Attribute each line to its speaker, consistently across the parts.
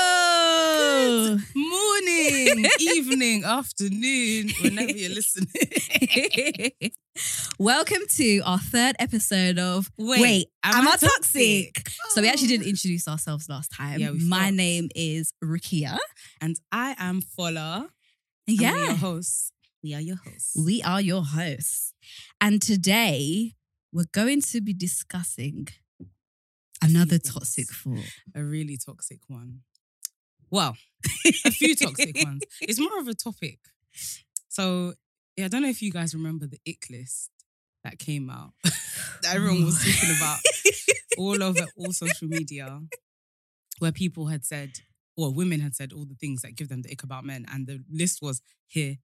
Speaker 1: Hello.
Speaker 2: morning, evening, afternoon, whenever you're listening.
Speaker 1: Welcome to our third episode of
Speaker 2: Wait,
Speaker 1: Am, I Toxic? So we actually didn't introduce ourselves last time.
Speaker 2: Yeah, we
Speaker 1: My
Speaker 2: forgot.
Speaker 1: name is Rukia.
Speaker 2: And I am Fola. and We're your
Speaker 1: Yeah.
Speaker 2: hosts. We are your hosts.
Speaker 1: We are your hosts. And today we're going to be discussing another
Speaker 2: things.
Speaker 1: toxic thought.
Speaker 2: A really toxic one. Well, a few toxic ones. It's more of a topic. So yeah, I don't know if you guys remember the ick list that came out that everyone was talking about all over all social media, where people had said, or women had said all the things that give them the ick about men, and the list was hilarious.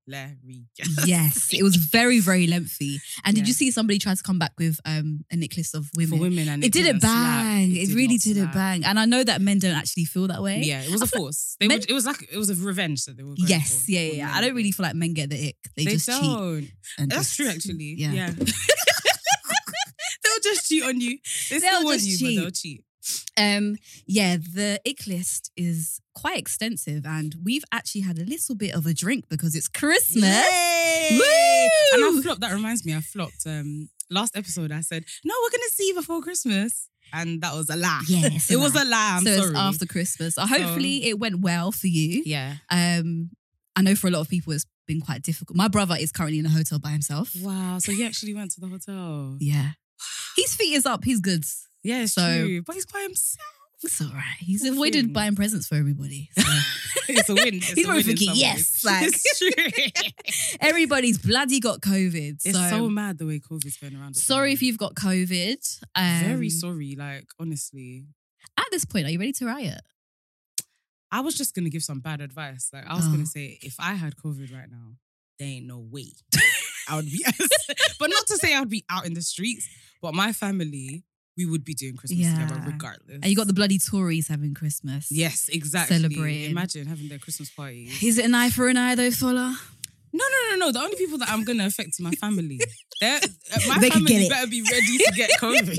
Speaker 1: yes, it was very, very lengthy. And did
Speaker 2: Yeah.
Speaker 1: you see somebody try to come back with um, a necklace of
Speaker 2: for
Speaker 1: women?
Speaker 2: women, and
Speaker 1: It didn't
Speaker 2: didn't slap.
Speaker 1: bang. It,
Speaker 2: did
Speaker 1: really
Speaker 2: not
Speaker 1: didn't
Speaker 2: slap.
Speaker 1: bang. And I know that men don't actually feel that way.
Speaker 2: Yeah, it was a force. They
Speaker 1: men-
Speaker 2: would, it was like it was a revenge that they were. Going
Speaker 1: Yes,
Speaker 2: for,
Speaker 1: yeah, yeah,
Speaker 2: for
Speaker 1: yeah.
Speaker 2: men.
Speaker 1: I don't really feel like men get the ick. They,
Speaker 2: They,
Speaker 1: just cheat.
Speaker 2: don't.
Speaker 1: and
Speaker 2: That's
Speaker 1: just-
Speaker 2: true, actually.
Speaker 1: Yeah.
Speaker 2: Yeah. they'll just cheat on you. They
Speaker 1: They'll
Speaker 2: still want
Speaker 1: just
Speaker 2: you,
Speaker 1: cheat.
Speaker 2: but they'll cheat.
Speaker 1: Um, yeah, the ick list is quite extensive, and we've actually had a little bit of a drink because it's Christmas.
Speaker 2: Yay! And I
Speaker 1: Woo!
Speaker 2: flopped. That reminds me, I flopped. Um, last episode, I said, "No, we're gonna see before Christmas," and that was a lie.
Speaker 1: Yes,
Speaker 2: it was a lie. I'm
Speaker 1: so
Speaker 2: sorry. Um,
Speaker 1: it's after Christmas. So hopefully it went well for you.
Speaker 2: yeah.
Speaker 1: Um, I know for a lot of people it's been quite difficult. My brother is currently in a hotel by himself.
Speaker 2: Wow. So he actually went to the hotel.
Speaker 1: Yeah. His feet is up, he's good.
Speaker 2: Yeah, it's
Speaker 1: So-
Speaker 2: true. But he's by himself.
Speaker 1: It's all right. He's
Speaker 2: Poor
Speaker 1: avoided
Speaker 2: thing.
Speaker 1: buying presents for everybody. so.
Speaker 2: It's a win. It's
Speaker 1: He's
Speaker 2: a win in
Speaker 1: thinking,
Speaker 2: some ways.
Speaker 1: yes, like-
Speaker 2: it's true.
Speaker 1: Everybody's bloody got COVID.
Speaker 2: It's
Speaker 1: so,
Speaker 2: so, mad the way COVID's going around. at the
Speaker 1: sorry if
Speaker 2: moment.
Speaker 1: you've got COVID. Um,
Speaker 2: Very sorry. Like honestly,
Speaker 1: At this point, are you ready to riot?
Speaker 2: I was just gonna give some bad advice. Like I was
Speaker 1: Oh.
Speaker 2: gonna say, if I had COVID right now, there ain't no way I would be. but not to say I would be out in the streets. But my family, we would be doing Christmas together
Speaker 1: Yeah.
Speaker 2: regardless.
Speaker 1: And you got the bloody Tories having Christmas.
Speaker 2: yes, exactly.
Speaker 1: Celebrating.
Speaker 2: Imagine having their Christmas party.
Speaker 1: Is it an eye for an eye though, Fola?
Speaker 2: No, no, no, no. The only people that I'm gonna affect is my family. They're- uh, my
Speaker 1: They could get
Speaker 2: family
Speaker 1: it.
Speaker 2: better be ready to get COVID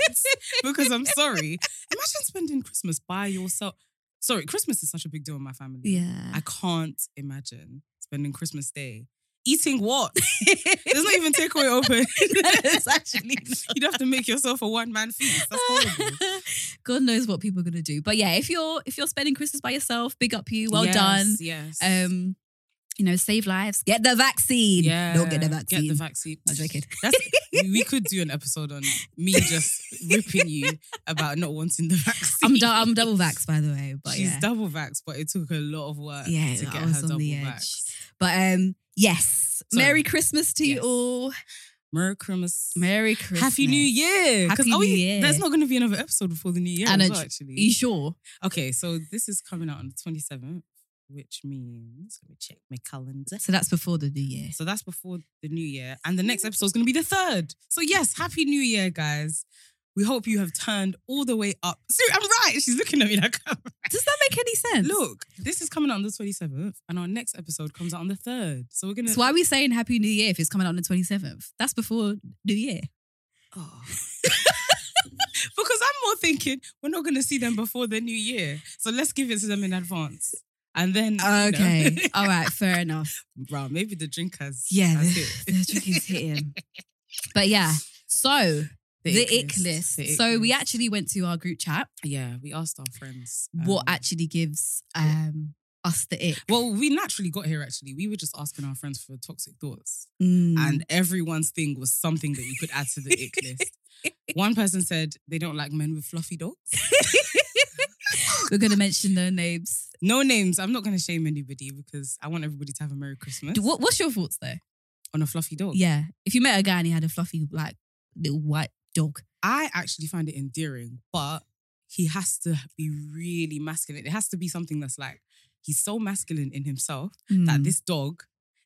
Speaker 2: because I'm sorry. Imagine spending Christmas by yourself. Sorry, Christmas is such a big deal in my family.
Speaker 1: Yeah.
Speaker 2: I can't imagine spending Christmas Day eating what? There's not even takeaway open.
Speaker 1: It's actually
Speaker 2: You'd have to make yourself a one man feast. That's horrible.
Speaker 1: God knows what people are gonna do. But yeah, if you're if you're spending Christmas by yourself, big up you. Well done.
Speaker 2: Yes.
Speaker 1: Um, you know, save lives. Get the vaccine. Don't get the
Speaker 2: Yeah,
Speaker 1: vaccine.
Speaker 2: Get the vaccine.
Speaker 1: I'm joking.
Speaker 2: That's, we could do an episode on me just ripping you about not wanting the vaccine.
Speaker 1: I'm, dou- I'm double vaxxed, by the way. But
Speaker 2: She's
Speaker 1: yeah.
Speaker 2: double vax, but it took a lot of work
Speaker 1: Yeah,
Speaker 2: to
Speaker 1: I
Speaker 2: get
Speaker 1: was
Speaker 2: her
Speaker 1: on
Speaker 2: double
Speaker 1: the edge.
Speaker 2: vax.
Speaker 1: But um, yes.
Speaker 2: So,
Speaker 1: Merry Christmas to you
Speaker 2: yes.
Speaker 1: all.
Speaker 2: Merry Christmas.
Speaker 1: Merry Christmas.
Speaker 2: Happy New Year. 'Cause
Speaker 1: Happy
Speaker 2: are
Speaker 1: New
Speaker 2: we-
Speaker 1: Year.
Speaker 2: There's not going to be another episode before the new year
Speaker 1: And
Speaker 2: as
Speaker 1: a-
Speaker 2: well,
Speaker 1: Are you
Speaker 2: actually.
Speaker 1: sure?
Speaker 2: Okay, so this is coming out on the 27th, which means, let me check my calendar.
Speaker 1: So that's before the New Year.
Speaker 2: So that's before the new year. And the next episode is going to be the third. So, yes, Happy New Year, guys. We hope you have turned all the way up. See, I'm right. She's looking at me like,
Speaker 1: Does that make any sense?
Speaker 2: look, this is coming out on the 27th, and our next episode comes out on the 3rd. So, we're going
Speaker 1: So why are we saying Happy New Year if it's coming out on the 27th? That's before New Year.
Speaker 2: Oh. because I'm more thinking we're not going to see them before the new year, so let's give it to them in advance, and then you know.
Speaker 1: Okay. All right. Fair enough.
Speaker 2: Bruh, maybe the drink has
Speaker 1: Yeah.
Speaker 2: has
Speaker 1: The,
Speaker 2: hit.
Speaker 1: the trick is hitting. But yeah. So the, ick list.
Speaker 2: the ick
Speaker 1: so we
Speaker 2: list.
Speaker 1: actually went to our group chat.
Speaker 2: yeah we asked our friends
Speaker 1: what
Speaker 2: um,
Speaker 1: actually gives um, us the ick?
Speaker 2: well we naturally got here actually we were just asking our friends for toxic thoughts
Speaker 1: Mm.
Speaker 2: and everyone's thing was something that you could add to the ick list. One person said they don't like men with fluffy dogs.
Speaker 1: We're going to mention no names.
Speaker 2: No names. I'm not going to shame anybody because I want everybody to have a Merry Christmas
Speaker 1: Do- What, what's your thoughts though?
Speaker 2: on a fluffy dog.
Speaker 1: Yeah. If you met a guy and he had a fluffy, like, little white dog.
Speaker 2: I actually find it endearing, but he has to be really masculine. It has to be something that's like he's so masculine in himself that
Speaker 1: Mm.
Speaker 2: this dog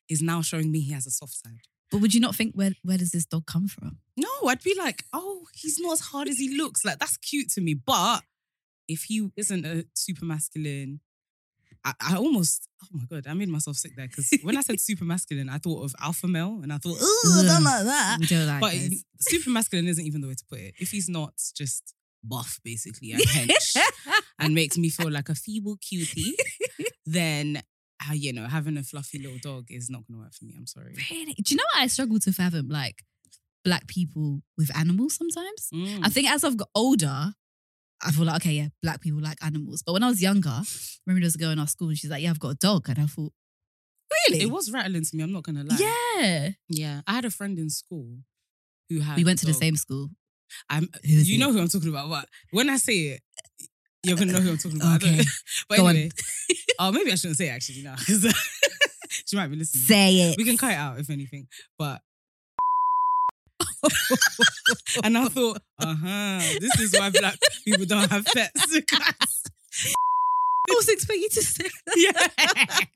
Speaker 2: is now showing me he has a soft side.
Speaker 1: but would you not think, where, where does this dog come from?
Speaker 2: No, I'd be like, oh, he's not as hard as he looks. Like that's cute to me, but if he isn't a super masculine. I, I almost, oh my God, I made myself sick there because when I said super masculine, I thought of alpha male and I thought, oh, I don't
Speaker 1: Ugh.
Speaker 2: like that.
Speaker 1: We don't like
Speaker 2: But
Speaker 1: those.
Speaker 2: super masculine isn't even the way to put it. If he's not just buff, basically, and hench, and makes me feel like a feeble cutie, then uh, you know having a fluffy little dog is not going to work for me. I'm sorry.
Speaker 1: Really? Do you know what I struggle to fathom? Like black people with animals sometimes.
Speaker 2: Mm.
Speaker 1: I think as I've got older, I feel like, okay, yeah, black people like animals. But when I was younger, remember there was a girl in our school and she's like, yeah, I've got a dog. And I thought, really?
Speaker 2: it was rattling to me. I'm not going to lie.
Speaker 1: yeah.
Speaker 2: yeah. I had a friend in school who had.
Speaker 1: We went to the
Speaker 2: dog.
Speaker 1: same school.
Speaker 2: I'm,
Speaker 1: Who is
Speaker 2: you
Speaker 1: it?
Speaker 2: know who I'm talking about. But when I say it, you're going to know who I'm talking about. I don't-
Speaker 1: Okay.
Speaker 2: but
Speaker 1: Go on.
Speaker 2: anyway, oh, maybe I shouldn't say it actually now because she might be listening.
Speaker 1: Say it.
Speaker 2: We can cut it out if anything, but. and I thought, uh huh, this is why black people don't have pets. because-
Speaker 1: I was expecting you to say that.
Speaker 2: yeah.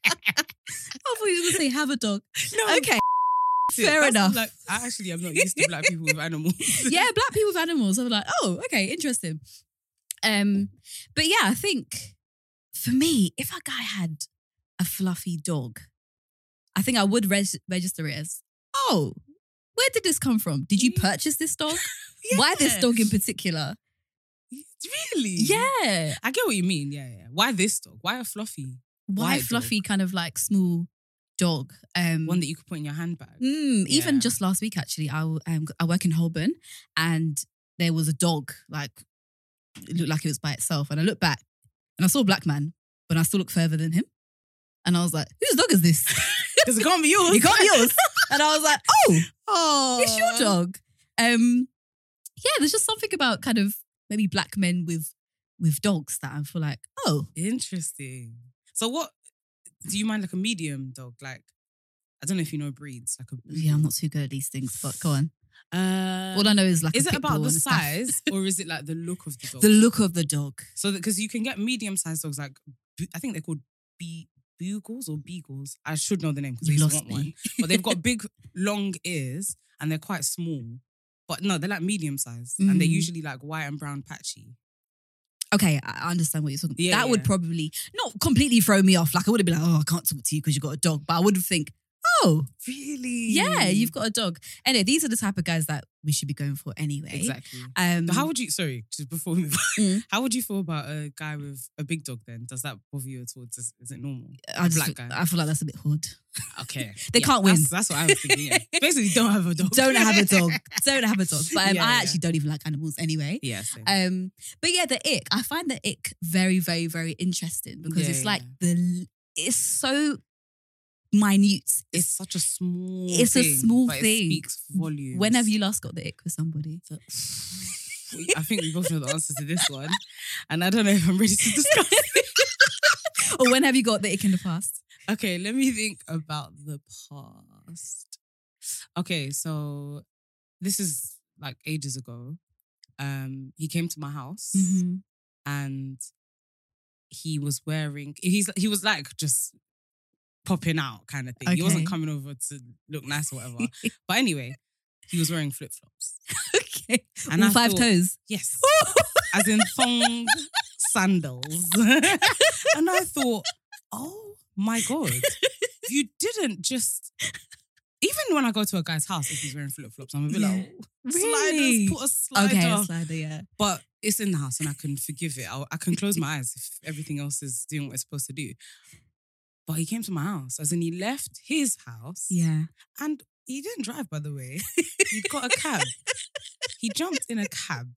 Speaker 1: I thought you were going to say, have a dog.
Speaker 2: No,
Speaker 1: Okay.
Speaker 2: shit,
Speaker 1: fair
Speaker 2: that's
Speaker 1: enough.
Speaker 2: Like, I actually am not used to black people with animals.
Speaker 1: yeah, black people with animals. I was like, oh, okay, interesting. Um, but yeah, I think for me, if a guy had a fluffy dog, I think I would reg- register it as, oh, where did this come from? Did you
Speaker 2: Yeah.
Speaker 1: purchase this dog? Why this
Speaker 2: Yeah.
Speaker 1: dog in particular?
Speaker 2: Really?
Speaker 1: Yeah.
Speaker 2: I get what you mean. Yeah, yeah. Why this dog? Why a fluffy?
Speaker 1: Why
Speaker 2: Why a
Speaker 1: fluffy kind of like small dog? Um,
Speaker 2: One that you could put in your handbag.
Speaker 1: Mm, even
Speaker 2: Yeah.
Speaker 1: just last week, actually, I w- um, I work in Holborn, and there was a dog. Like it looked like it was by itself, and I looked back, and I saw a black man, but I still looked further than him, and I was like, "Whose dog is this?
Speaker 2: Because it can't be yours.
Speaker 1: it can't be yours." And I was like, "Oh,
Speaker 2: Oh.
Speaker 1: it's your dog." Um, yeah, there's just something about kind of maybe black men with with dogs that I feel like, oh,
Speaker 2: Interesting. So what do you mind like a medium dog? Like I don't know if you know breeds. Like a
Speaker 1: yeah, I'm not too good at these things, but go on.
Speaker 2: Uh,
Speaker 1: All I know is like, a
Speaker 2: is it
Speaker 1: pit bull
Speaker 2: about the
Speaker 1: and stuff.
Speaker 2: size or is it like the look of the dog?
Speaker 1: the look of the dog?
Speaker 2: so because you can get medium sized dogs like bu- I think they're called be- bugles or beagles. I should know the name because I
Speaker 1: You
Speaker 2: used to
Speaker 1: lost
Speaker 2: want
Speaker 1: me.
Speaker 2: one. But they've got big long ears and they're quite small. But no, they're like medium sized and they're
Speaker 1: Mm.
Speaker 2: usually like white and brown patchy.
Speaker 1: Okay, I I understand what you're talking about.
Speaker 2: Yeah,
Speaker 1: that would
Speaker 2: yeah.
Speaker 1: probably not completely throw me off. Like I would have been like, oh, I can't talk to you because you've got a dog. But I would think, oh,
Speaker 2: Really?
Speaker 1: yeah, you've got a dog. Anyway, these are the type of guys that we should be going for anyway.
Speaker 2: exactly.
Speaker 1: Um,
Speaker 2: But how would you? Sorry, just before we move on,
Speaker 1: Mm.
Speaker 2: how would you feel about a guy with a big dog? Then does that bother you at all? Does, is it normal?
Speaker 1: I, just,
Speaker 2: black
Speaker 1: feel-
Speaker 2: guy?
Speaker 1: I feel like that's a bit hood.
Speaker 2: Okay,
Speaker 1: They can't win.
Speaker 2: That's, that's what I was thinking. yeah. Basically, don't have a dog.
Speaker 1: Don't have a dog. Don't have a dog. But um,
Speaker 2: Yeah,
Speaker 1: I
Speaker 2: yeah.
Speaker 1: actually don't even like animals anyway.
Speaker 2: yeah. Same.
Speaker 1: Um, but yeah, the ick. I find the ick very, very, very interesting because
Speaker 2: Yeah,
Speaker 1: it's like
Speaker 2: yeah.
Speaker 1: the it's so minute.
Speaker 2: it's such a small.
Speaker 1: it's a
Speaker 2: thing,
Speaker 1: small
Speaker 2: but
Speaker 1: thing.
Speaker 2: It speaks volumes.
Speaker 1: when have you last got the ick with somebody?
Speaker 2: We- I think we both know the answer to this one, and I don't know if I'm ready to discuss.
Speaker 1: or when have you got the ick in the past?
Speaker 2: Okay, let me think about the past. Okay, so this is like ages ago. Um, he came to my house
Speaker 1: Mm-hmm.
Speaker 2: and he was wearing he's he was like just popping out kind of thing. He wasn't
Speaker 1: Okay.
Speaker 2: coming over to look nice or whatever. but anyway, he was wearing flip flops.
Speaker 1: okay.
Speaker 2: And
Speaker 1: All
Speaker 2: I
Speaker 1: five
Speaker 2: thought-
Speaker 1: toes.
Speaker 2: Yes. As in thong sandals. and I thought, oh my God, you didn't just. Even when I go to a guy's house, if he's wearing flip flops, I'm a bit like,
Speaker 1: Yeah.
Speaker 2: oh,
Speaker 1: Really?
Speaker 2: sliders, put a slider.
Speaker 1: okay, a slider, yeah.
Speaker 2: But it's in the house and I can forgive it. I, I can close my eyes if everything else is doing what it's supposed to do. But he came to my house, as in he left his house
Speaker 1: Yeah.
Speaker 2: and he didn't drive, by the way. He got a cab. he jumped in a cab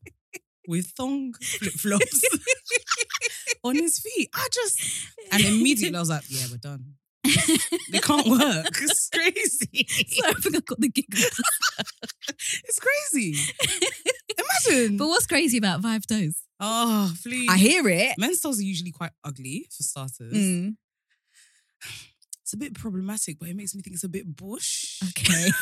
Speaker 2: with thong flip flops on his feet. I just and immediately I was like, yeah, we're done. They can't work. It's crazy.
Speaker 1: Sorry, I think I got the giggle.
Speaker 2: It's crazy. Imagine.
Speaker 1: But what's crazy about five toes?
Speaker 2: Oh, please.
Speaker 1: I hear it.
Speaker 2: Men's styles are usually quite ugly, for starters.
Speaker 1: Mm.
Speaker 2: It's a bit problematic, but it makes me think it's a bit bush.
Speaker 1: Okay.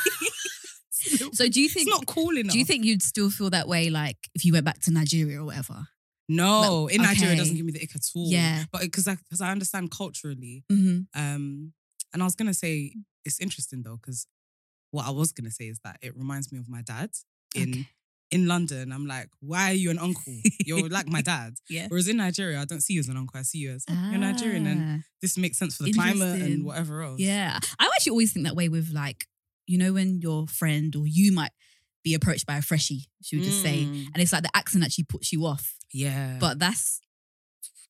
Speaker 2: It's, a bit-
Speaker 1: so do you
Speaker 2: it's
Speaker 1: think
Speaker 2: not cool enough.
Speaker 1: do you think you'd still feel that way like if you went back to Nigeria or whatever?
Speaker 2: No, in Nigeria it doesn't
Speaker 1: okay.
Speaker 2: give me the ick at all.
Speaker 1: Yeah.
Speaker 2: But because I, 'cause I understand culturally,
Speaker 1: Mm-hmm.
Speaker 2: Um, and I was gonna say it's interesting though, because what I was gonna say is that it reminds me of my dad in
Speaker 1: Okay.
Speaker 2: in London. I'm like, why are you an uncle? You're like my dad.
Speaker 1: Yeah.
Speaker 2: Whereas in Nigeria, I don't see you as an uncle. I see you as you're Nigerian, and
Speaker 1: Ah,
Speaker 2: this makes sense for the climate and
Speaker 1: Interesting.
Speaker 2: whatever else.
Speaker 1: yeah. I actually always think that way with like, you know, when your friend or you might be approached by a freshie, she would just say,
Speaker 2: Mm,
Speaker 1: and it's like the accent actually puts you off.
Speaker 2: yeah.
Speaker 1: But that's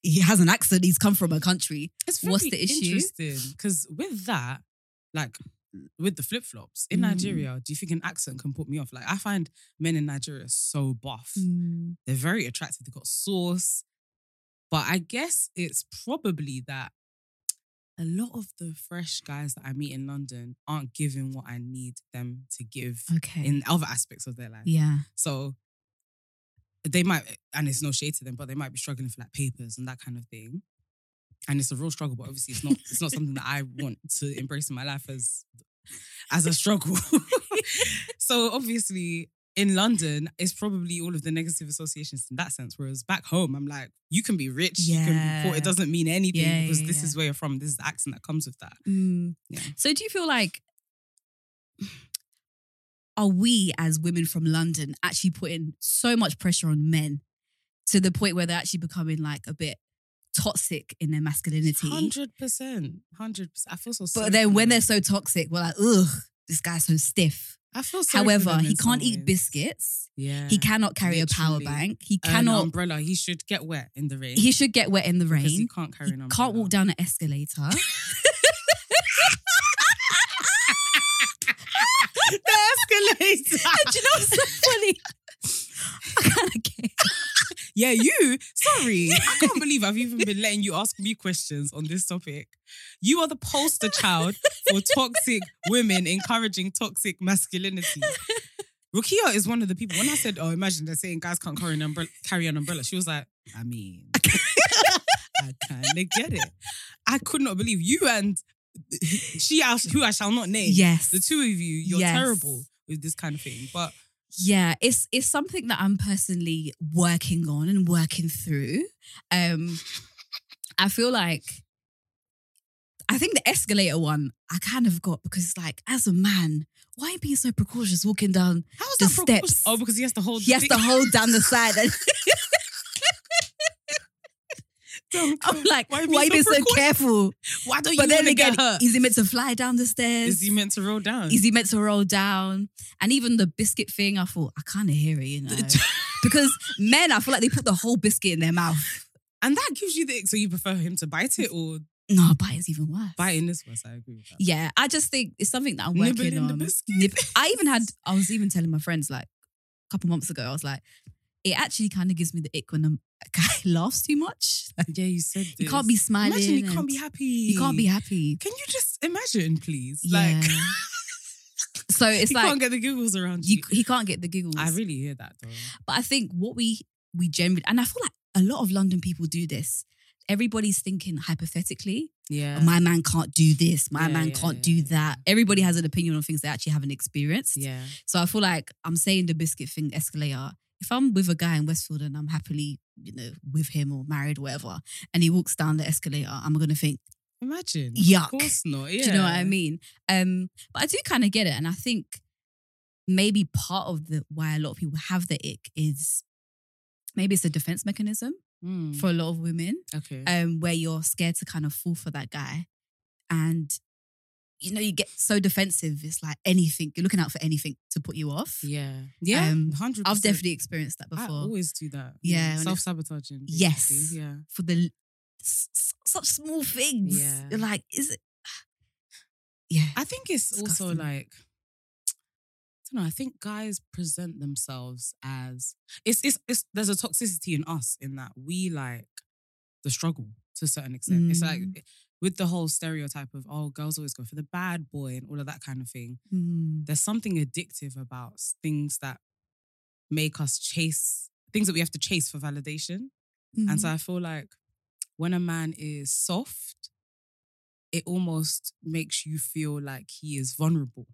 Speaker 1: he has an accent. He's come from a country.
Speaker 2: it's
Speaker 1: what's
Speaker 2: very
Speaker 1: the issue?
Speaker 2: Interesting, because with that, like. With the flip flops in
Speaker 1: Mm.
Speaker 2: Nigeria, do you think an accent can put me off? Like, I find men in Nigeria so buff.
Speaker 1: Mm.
Speaker 2: They're very attractive. They've got sauce. But I guess it's probably that a lot of the fresh guys that I meet in London aren't giving what I need them to give
Speaker 1: Okay.
Speaker 2: in other aspects of their life.
Speaker 1: yeah.
Speaker 2: So they might, eh, and it's no shade to them, but they might be struggling for like papers and that kind of thing. And it's a real struggle, but obviously it's not it's not something that I want to embrace in my life as as a struggle. so obviously in London, it's probably all of the negative associations in that sense. Whereas back home, I'm like, you can be rich, you can be poor.
Speaker 1: Yeah.
Speaker 2: It doesn't mean anything
Speaker 1: Yeah,
Speaker 2: because
Speaker 1: yeah,
Speaker 2: this
Speaker 1: yeah.
Speaker 2: is where you're from. This is the accent that comes with that.
Speaker 1: Mm.
Speaker 2: Yeah.
Speaker 1: So do you feel like are we as women from London actually putting so much pressure on men to the point where they're actually becoming like a bit toxic in their masculinity?
Speaker 2: Hundred percent, hundred percent. I feel so. sorry
Speaker 1: But then
Speaker 2: for them.
Speaker 1: when they're so toxic, we're like, ugh, this guy's so stiff.
Speaker 2: I feel sorry for
Speaker 1: However,
Speaker 2: them
Speaker 1: he
Speaker 2: in some
Speaker 1: can't eat
Speaker 2: ways.
Speaker 1: biscuits.
Speaker 2: Yeah,
Speaker 1: He cannot carry a power
Speaker 2: Literally.
Speaker 1: bank. He
Speaker 2: an
Speaker 1: cannot.
Speaker 2: umbrella. He should get wet in the rain.
Speaker 1: He should get wet in the
Speaker 2: because he
Speaker 1: rain.
Speaker 2: can't carry
Speaker 1: He
Speaker 2: an umbrella.
Speaker 1: can't walk down an escalator.
Speaker 2: the escalator.
Speaker 1: Do you know what's so funny? I kind of get
Speaker 2: yeah, you. Sorry, I can't believe I've even been letting you ask me questions on this topic. You are the poster child for toxic women encouraging toxic masculinity. Rukia is one of the people. When I said, "Oh, imagine they're saying guys can't carry an umbrella," carry an umbrella, she was like, "I mean, I kind of get it." I could not believe you and she, who I shall not name.
Speaker 1: Yes.
Speaker 2: the two of you, you're
Speaker 1: Yes.
Speaker 2: terrible with this kind of thing. But
Speaker 1: Yeah, it's it's something that I'm personally working on and working through. Um I feel like I think the escalator one I kind of got because it's like as a man, why are you being so precautious walking down
Speaker 2: how is
Speaker 1: The
Speaker 2: that precaution-
Speaker 1: steps.
Speaker 2: Oh, because he has to hold.
Speaker 1: he has to
Speaker 2: thing.
Speaker 1: hold down the side and I'm like,
Speaker 2: Why are
Speaker 1: why are
Speaker 2: you
Speaker 1: you
Speaker 2: being
Speaker 1: being,
Speaker 2: so
Speaker 1: so,
Speaker 2: precau-
Speaker 1: careful?
Speaker 2: Why don't
Speaker 1: But
Speaker 2: you
Speaker 1: then
Speaker 2: wanna
Speaker 1: again,
Speaker 2: get hurt?
Speaker 1: is he meant to fly down the stairs?
Speaker 2: Is he meant to roll down?
Speaker 1: Is he meant to roll down? And even the biscuit thing, I thought, I kind of hear it, you know. because men, I feel like they put the whole biscuit in their mouth.
Speaker 2: and that gives you the ick. So you prefer him to bite it or
Speaker 1: No, bite is even worse.
Speaker 2: bite in this worse? I agree with that.
Speaker 1: Yeah, I just think it's something that I'm working
Speaker 2: Nibbling
Speaker 1: on.
Speaker 2: the biscuit.
Speaker 1: Nib- I even had, I was even telling my friends like a couple months ago, I was like, it actually kind of gives me the ick when I'm- a guy laughs too much.
Speaker 2: Yeah, you said
Speaker 1: You can't be smiling.
Speaker 2: Imagine you can't
Speaker 1: and
Speaker 2: be happy.
Speaker 1: You can't be happy.
Speaker 2: Can you just imagine, please?
Speaker 1: Yeah.
Speaker 2: Like
Speaker 1: so it's
Speaker 2: you
Speaker 1: like
Speaker 2: can't get the giggles around you.
Speaker 1: you, Oh he can't get the giggles.
Speaker 2: I really hear that though.
Speaker 1: But I think what we we generally, and I feel like a lot of London people do this. Everybody's thinking hypothetically.
Speaker 2: Yeah.
Speaker 1: My man can't do this. My
Speaker 2: Yeah,
Speaker 1: man
Speaker 2: yeah,
Speaker 1: can't
Speaker 2: yeah,
Speaker 1: do
Speaker 2: yeah.
Speaker 1: that. Everybody has an opinion on things they actually haven't experienced.
Speaker 2: yeah.
Speaker 1: So I feel like I'm saying the biscuit thing escalator. If I'm with a guy in Westfield and I'm happily, you know, with him or married, whatever, and he walks down the escalator, I'm gonna think,
Speaker 2: Imagine. Of
Speaker 1: Yuck.
Speaker 2: course not. Yeah.
Speaker 1: do you know what I mean? Um, but I do kind of get it, and I think maybe part of the why a lot of people have the ick is maybe it's a defense mechanism
Speaker 2: Mm,
Speaker 1: for a lot of women,
Speaker 2: okay.
Speaker 1: um, where you're scared to kind of fall for that guy, and you know you get so defensive. It's like anything you're looking out for anything to put you off.
Speaker 2: yeah. Yeah.
Speaker 1: um,
Speaker 2: 100%.
Speaker 1: I've definitely experienced that
Speaker 2: I
Speaker 1: before.
Speaker 2: always do that.
Speaker 1: Yeah, when it-
Speaker 2: Self sabotaging.
Speaker 1: Yes.
Speaker 2: Yeah.
Speaker 1: for the s- s- such small things,
Speaker 2: Yeah.
Speaker 1: you're like, is it? Yeah,
Speaker 2: I think it's also
Speaker 1: Disgusting.
Speaker 2: like I don't know. I think guys present themselves as it's, it's it's there's a toxicity in us in that we like the struggle to a certain extent. It's like
Speaker 1: Mm.
Speaker 2: with the whole stereotype of oh girls always go for the bad boy and all of that kind of thing.
Speaker 1: Mm.
Speaker 2: There's something addictive about s- things that make us chase things that we have to chase for validation. And
Speaker 1: Mm. Mm-hmm.
Speaker 2: so I feel like when a man is soft, it almost makes you feel like he is vulnerable.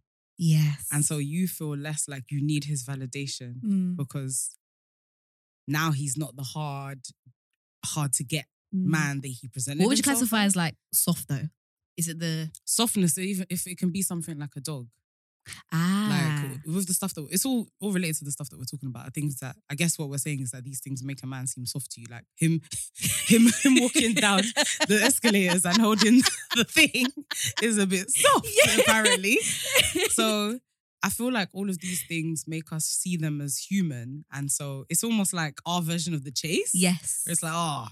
Speaker 1: yes.
Speaker 2: And so you feel less like you need his validation
Speaker 1: Mm,
Speaker 2: because now he's not the hard, hard to get
Speaker 1: mm.
Speaker 2: man that he presented.
Speaker 1: What would you
Speaker 2: himself
Speaker 1: classify as like soft though? Is it the
Speaker 2: softness? Even if it can be something like a dog,
Speaker 1: ah?
Speaker 2: like with the stuff that it's all all related to the stuff that we're talking about. Things that I guess what we're saying is that these things make a man seem soft to you, like him, him, him walking down the escalators and holding the thing is a bit soft,
Speaker 1: Yeah.
Speaker 2: apparently. So I feel like all of these things make us see them as human. And so it's almost like our version of the chase.
Speaker 1: yes,
Speaker 2: It's like, oh,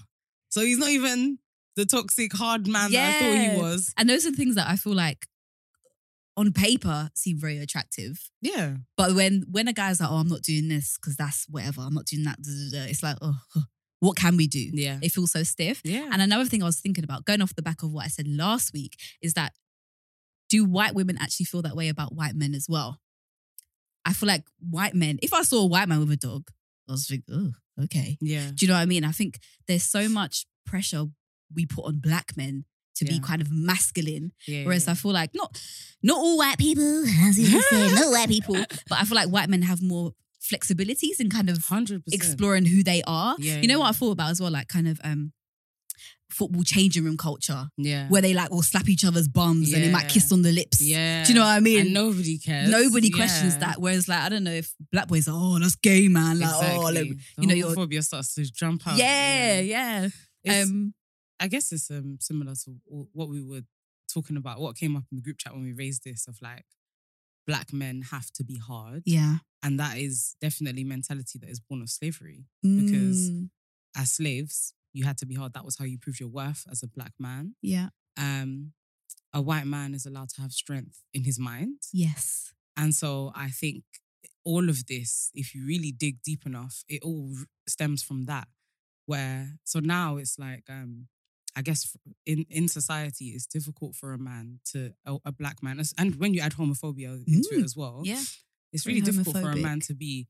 Speaker 2: so he's not even the toxic hard man that I thought
Speaker 1: Yeah.
Speaker 2: he was.
Speaker 1: and those are things that I feel like on paper seem very attractive,
Speaker 2: Yeah.
Speaker 1: but when when a guy's like, oh, I'm not doing this because that's whatever, I'm not doing that. duh, duh, duh," It's like, oh, what can we do?
Speaker 2: Yeah.
Speaker 1: It feels so stiff.
Speaker 2: Yeah.
Speaker 1: And another thing I was thinking about, going off the back of what I said last week, is that do white women actually feel that way about white men as well? I feel like white men, if I saw a white man with a dog, I was like, oh, okay.
Speaker 2: Yeah.
Speaker 1: Do you know what I mean? I think there's so much pressure we put on black men to be
Speaker 2: Yeah.
Speaker 1: kind of masculine.
Speaker 2: Yeah.
Speaker 1: Whereas
Speaker 2: yeah.
Speaker 1: I feel like not not all white people, as you would say, not white people, but I feel like white men have more flexibilities and kind of
Speaker 2: 100%.
Speaker 1: exploring who they are.
Speaker 2: Yeah,
Speaker 1: you know what
Speaker 2: yeah.
Speaker 1: I thought about as well, like kind of um football changing room culture
Speaker 2: Yeah.
Speaker 1: where they like will slap each other's bums and they might
Speaker 2: Yeah.
Speaker 1: kiss on the lips.
Speaker 2: yeah.
Speaker 1: Do you know what I mean?
Speaker 2: And nobody cares.
Speaker 1: Nobody questions
Speaker 2: Yeah.
Speaker 1: that. Whereas like I don't know if black boys are oh that's gay man like oh like,
Speaker 2: Exactly.
Speaker 1: you know,
Speaker 2: the
Speaker 1: you're-
Speaker 2: homophobia starts to jump out.
Speaker 1: yeah yeah.
Speaker 2: It's-
Speaker 1: Um
Speaker 2: I guess it's um, similar to w- what we were talking about, what came up in the group chat when we raised this of like black men have to be hard.
Speaker 1: yeah
Speaker 2: And that is definitely mentality that is born of slavery. Because-
Speaker 1: Mm,
Speaker 2: As slaves, you had to be hard. That was how you proved your worth as a black man.
Speaker 1: yeah
Speaker 2: Um, a white man is allowed to have strength in his mind.
Speaker 1: yes
Speaker 2: And so I think all of this, if you really dig deep enough, it all r- stems from that. Where so now it's like, um, I guess f- in in society, it's difficult for a man to a, a black man, as- and when you add homophobia into it
Speaker 1: Mm.
Speaker 2: as well,
Speaker 1: yeah
Speaker 2: it's
Speaker 1: Very
Speaker 2: really difficult for a
Speaker 1: homophobic.
Speaker 2: man to be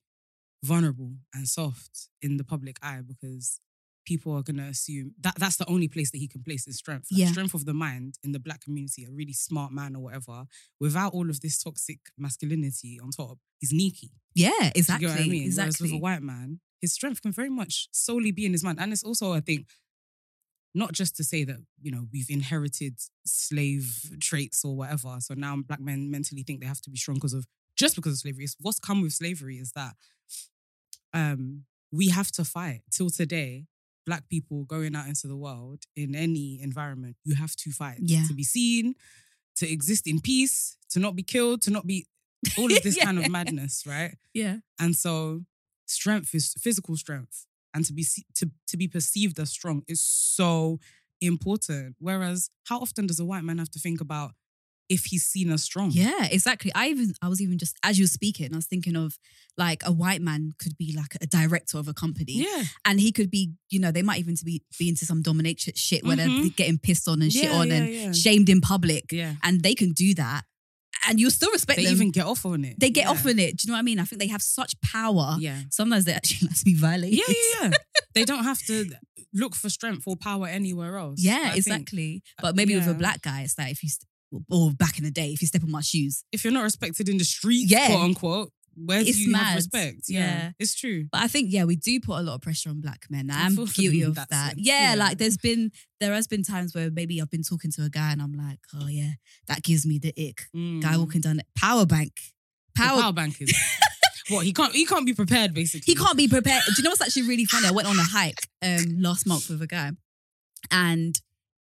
Speaker 2: vulnerable and soft in the public eye because people are gonna assume that that's the only place that he can place his strength. Like,
Speaker 1: Yeah.
Speaker 2: Strength of the mind in the black community, a really smart man or whatever, without all of this toxic masculinity on top, he's sneaky.
Speaker 1: yeah
Speaker 2: Do
Speaker 1: exactly
Speaker 2: You get what I mean? Whereas with
Speaker 1: exactly
Speaker 2: a white man, his strength can very much solely be in his mind. And it's also, I think, not just to say that, you know, we've inherited slave traits or whatever. So now black men mentally think they have to be strong because of just because of slavery. It's what's come with slavery is that um we have to fight till today. Black people going out into the world in any environment, you have to fight
Speaker 1: Yeah.
Speaker 2: to be seen, to exist in peace, to not be killed, to not be all of this kind of
Speaker 1: Yeah.
Speaker 2: madness, right?
Speaker 1: yeah
Speaker 2: And so strength is physical strength and to be se- to, to be perceived as strong is so important. Whereas how often does a white man have to think about if he's seen as strong?
Speaker 1: Yeah, exactly. I even I was even just as you were speaking, I was thinking of like a white man could be like a director of a company,
Speaker 2: Yeah.
Speaker 1: and he could be, you know, they might even to be be into some dominatrix shit where they're
Speaker 2: Mhm.
Speaker 1: getting pissed on and shit
Speaker 2: Yeah,
Speaker 1: on
Speaker 2: yeah,
Speaker 1: and
Speaker 2: yeah.
Speaker 1: shamed in public,
Speaker 2: Yeah.
Speaker 1: and they can do that, and you'll still respect
Speaker 2: They
Speaker 1: them.
Speaker 2: even get off on it.
Speaker 1: they get
Speaker 2: yeah.
Speaker 1: off on it. Do you know what I mean? I think they have such power.
Speaker 2: Yeah.
Speaker 1: Sometimes they actually like to be violated.
Speaker 2: Yeah, yeah, yeah. they don't have to look for strength or power anywhere else.
Speaker 1: Yeah,
Speaker 2: I think uh,
Speaker 1: exactly. But maybe with a
Speaker 2: yeah.
Speaker 1: black guy, it's like if you, st- or back in the day, if you step on my shoes,
Speaker 2: If you're not respected in the street,
Speaker 1: Yeah.
Speaker 2: quote unquote, where
Speaker 1: It's
Speaker 2: do you
Speaker 1: mad.
Speaker 2: have respect? Yeah.
Speaker 1: Yeah.
Speaker 2: It's true.
Speaker 1: But I think yeah, we do put a lot of pressure on black men.
Speaker 2: I
Speaker 1: I'm
Speaker 2: feel for
Speaker 1: guilty
Speaker 2: them in
Speaker 1: of
Speaker 2: that
Speaker 1: that.
Speaker 2: sense,
Speaker 1: Yeah,
Speaker 2: yeah.
Speaker 1: like there's been there has been times where maybe I've been talking to a guy and I'm like, oh yeah, that gives me the ick.
Speaker 2: Mm.
Speaker 1: Guy walking down the power bank,
Speaker 2: The
Speaker 1: power.
Speaker 2: power bank is what he can't he can't be prepared basically.
Speaker 1: He can't be prepared. Do you know what's actually really funny? I went on a hike um last month with a guy, and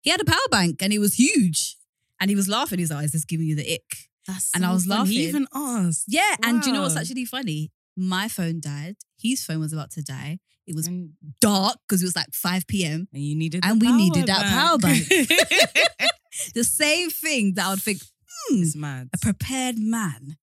Speaker 1: he had a power bank and it was huge, and he was laughing. He's like, oh, is this giving you the ick?
Speaker 2: That's
Speaker 1: And I was laughing.
Speaker 2: He even asked.
Speaker 1: Yeah, and do you know what's
Speaker 2: Wow.
Speaker 1: actually funny? My phone died. His phone was about to die. It was
Speaker 2: And,
Speaker 1: dark because it was like 5 p.m.
Speaker 2: and you needed
Speaker 1: And
Speaker 2: the
Speaker 1: we
Speaker 2: power
Speaker 1: needed that power bank.
Speaker 2: bank.
Speaker 1: the same thing that I would think
Speaker 2: it's mad.
Speaker 1: a prepared man.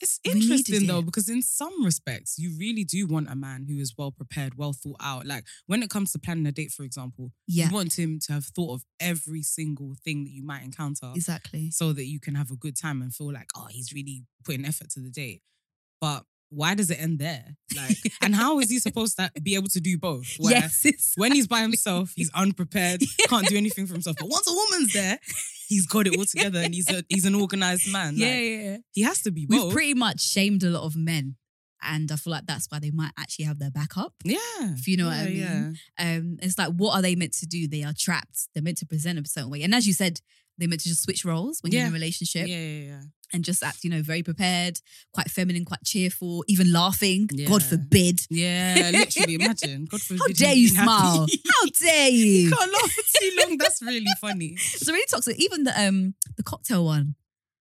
Speaker 2: It's
Speaker 1: we needed
Speaker 2: interesting though,
Speaker 1: it.
Speaker 2: because in some respects, you really do want a man who is well prepared, well thought out. Like when it comes to planning a date, for example,
Speaker 1: Yeah,
Speaker 2: you want him to have thought of every single thing that you might encounter
Speaker 1: exactly.
Speaker 2: so that you can have a good time and feel like, oh, he's really putting effort to the date. But why does it end there? Like, and how is he supposed to be able to do both? Where
Speaker 1: yes. it's-
Speaker 2: When he's by himself, he's unprepared, can't do anything for himself. But once a woman's there, he's got it all together, and he's a, he's an organized man. Like,
Speaker 1: yeah, yeah, yeah.
Speaker 2: he has to be
Speaker 1: We've
Speaker 2: both.
Speaker 1: pretty much shamed a lot of men. And I feel like that's why they might actually have their back up.
Speaker 2: yeah,
Speaker 1: If you know what I mean.
Speaker 2: yeah, yeah.
Speaker 1: Um, it's like, what are they meant to do? They are trapped. They're meant to present a certain way. And as you said, they're meant to just switch roles when you're in
Speaker 2: Yeah.
Speaker 1: a relationship
Speaker 2: Yeah, yeah, yeah.
Speaker 1: and just act, you know, very prepared, quite feminine, quite cheerful, even laughing. God
Speaker 2: Yeah.
Speaker 1: forbid.
Speaker 2: Yeah, literally. Imagine. God forbid.
Speaker 1: How
Speaker 2: he
Speaker 1: dare you
Speaker 2: didn't
Speaker 1: smile?
Speaker 2: have-
Speaker 1: How dare
Speaker 2: you
Speaker 1: you?
Speaker 2: can't laugh for too long. That's really funny.
Speaker 1: It's really toxic. Even the um the cocktail one.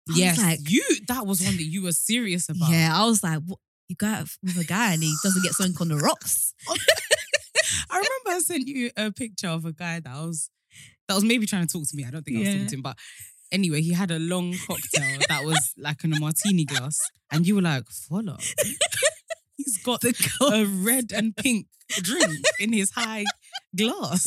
Speaker 1: I was
Speaker 2: yes,
Speaker 1: like-
Speaker 2: you. That was one that you were serious about.
Speaker 1: Yeah, I was like, what? you got it with a guy and he doesn't get something on the rocks.
Speaker 2: I remember I sent you a picture of a guy that was that was maybe trying to talk to me. I don't think I was talking
Speaker 1: Yeah.
Speaker 2: to him, but anyway, he had a long cocktail that was like in a martini glass, and you were like, "Follow." He's got a red and pink drink in his high glass.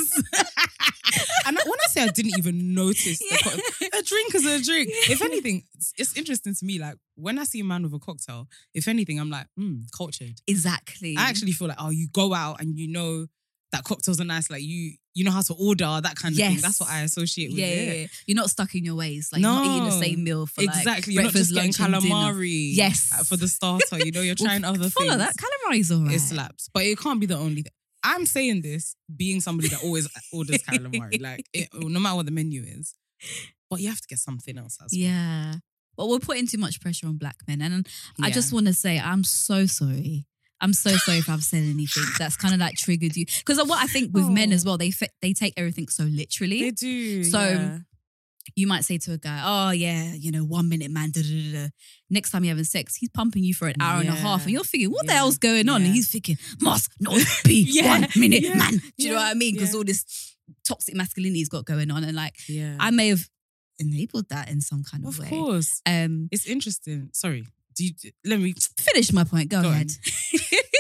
Speaker 2: and I- when I say I didn't even notice the cocktail, a drink is a drink. If anything, it's, it's interesting to me. Like when I see a man with a cocktail, if anything, I'm like, mm, cultured.
Speaker 1: Exactly.
Speaker 2: I actually feel like, oh, you go out and you know that cocktails are nice. Like you, you know how to order that kind of thing. That's what
Speaker 1: Yes.
Speaker 2: I associate with
Speaker 1: yeah,
Speaker 2: it.
Speaker 1: yeah, yeah. You're not stuck in your ways. Like you're not eating the
Speaker 2: No.
Speaker 1: same meal for like,
Speaker 2: exactly. You're not
Speaker 1: breakfast,
Speaker 2: just getting
Speaker 1: lunch, and dinner.
Speaker 2: calamari.
Speaker 1: Yes.
Speaker 2: uh, for the starter. You know, you're
Speaker 1: Well,
Speaker 2: trying other
Speaker 1: Follow
Speaker 2: things.
Speaker 1: that. Calamari's all right.
Speaker 2: It slaps, but it can't be the only. thing. I'm saying this being somebody that always uh, orders calamari, like it, no matter what the menu is. But you have to get something else as well.
Speaker 1: Yeah. But we're putting too much pressure on black men. And I
Speaker 2: Yeah.
Speaker 1: just want to say, I'm so sorry. I'm so sorry if I've said anything that's kind of like triggered you. Because what I think with men as
Speaker 2: Oh.
Speaker 1: well, they fe- they take everything so literally.
Speaker 2: they do.
Speaker 1: So,
Speaker 2: yeah.
Speaker 1: you might say to a guy, "Oh yeah, you know, one minute man." Da, da, da, da. Next time you're having sex, he's pumping you for an hour and a
Speaker 2: Yeah.
Speaker 1: half, and you're thinking, "What the
Speaker 2: Yeah.
Speaker 1: hell's going on?"
Speaker 2: Yeah.
Speaker 1: And he's thinking, "Must not be
Speaker 2: Yeah.
Speaker 1: one minute
Speaker 2: Yeah.
Speaker 1: man." Do you know
Speaker 2: Yeah.
Speaker 1: what I mean? Because
Speaker 2: Yeah.
Speaker 1: all this toxic masculinity's got going on, and like
Speaker 2: yeah,
Speaker 1: I may have enabled that in some kind of,
Speaker 2: of
Speaker 1: way.
Speaker 2: course,
Speaker 1: Um,
Speaker 2: it's interesting. Sorry, do you, let me
Speaker 1: finish my point. Go,
Speaker 2: Go on.
Speaker 1: ahead.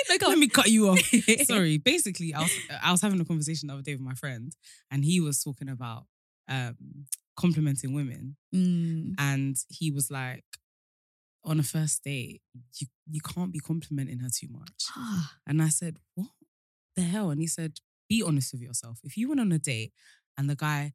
Speaker 1: no, go
Speaker 2: let
Speaker 1: on.
Speaker 2: me cut you off. Sorry. Basically, I was uh, I was having a conversation the other day with my friend, and he was talking about um, complimenting women,
Speaker 1: Mm,
Speaker 2: and he was like, on a first date, you you can't be complimenting her too much.
Speaker 1: ah,
Speaker 2: And I said, what the hell? And he said, be honest with yourself. If you went on a date and the guy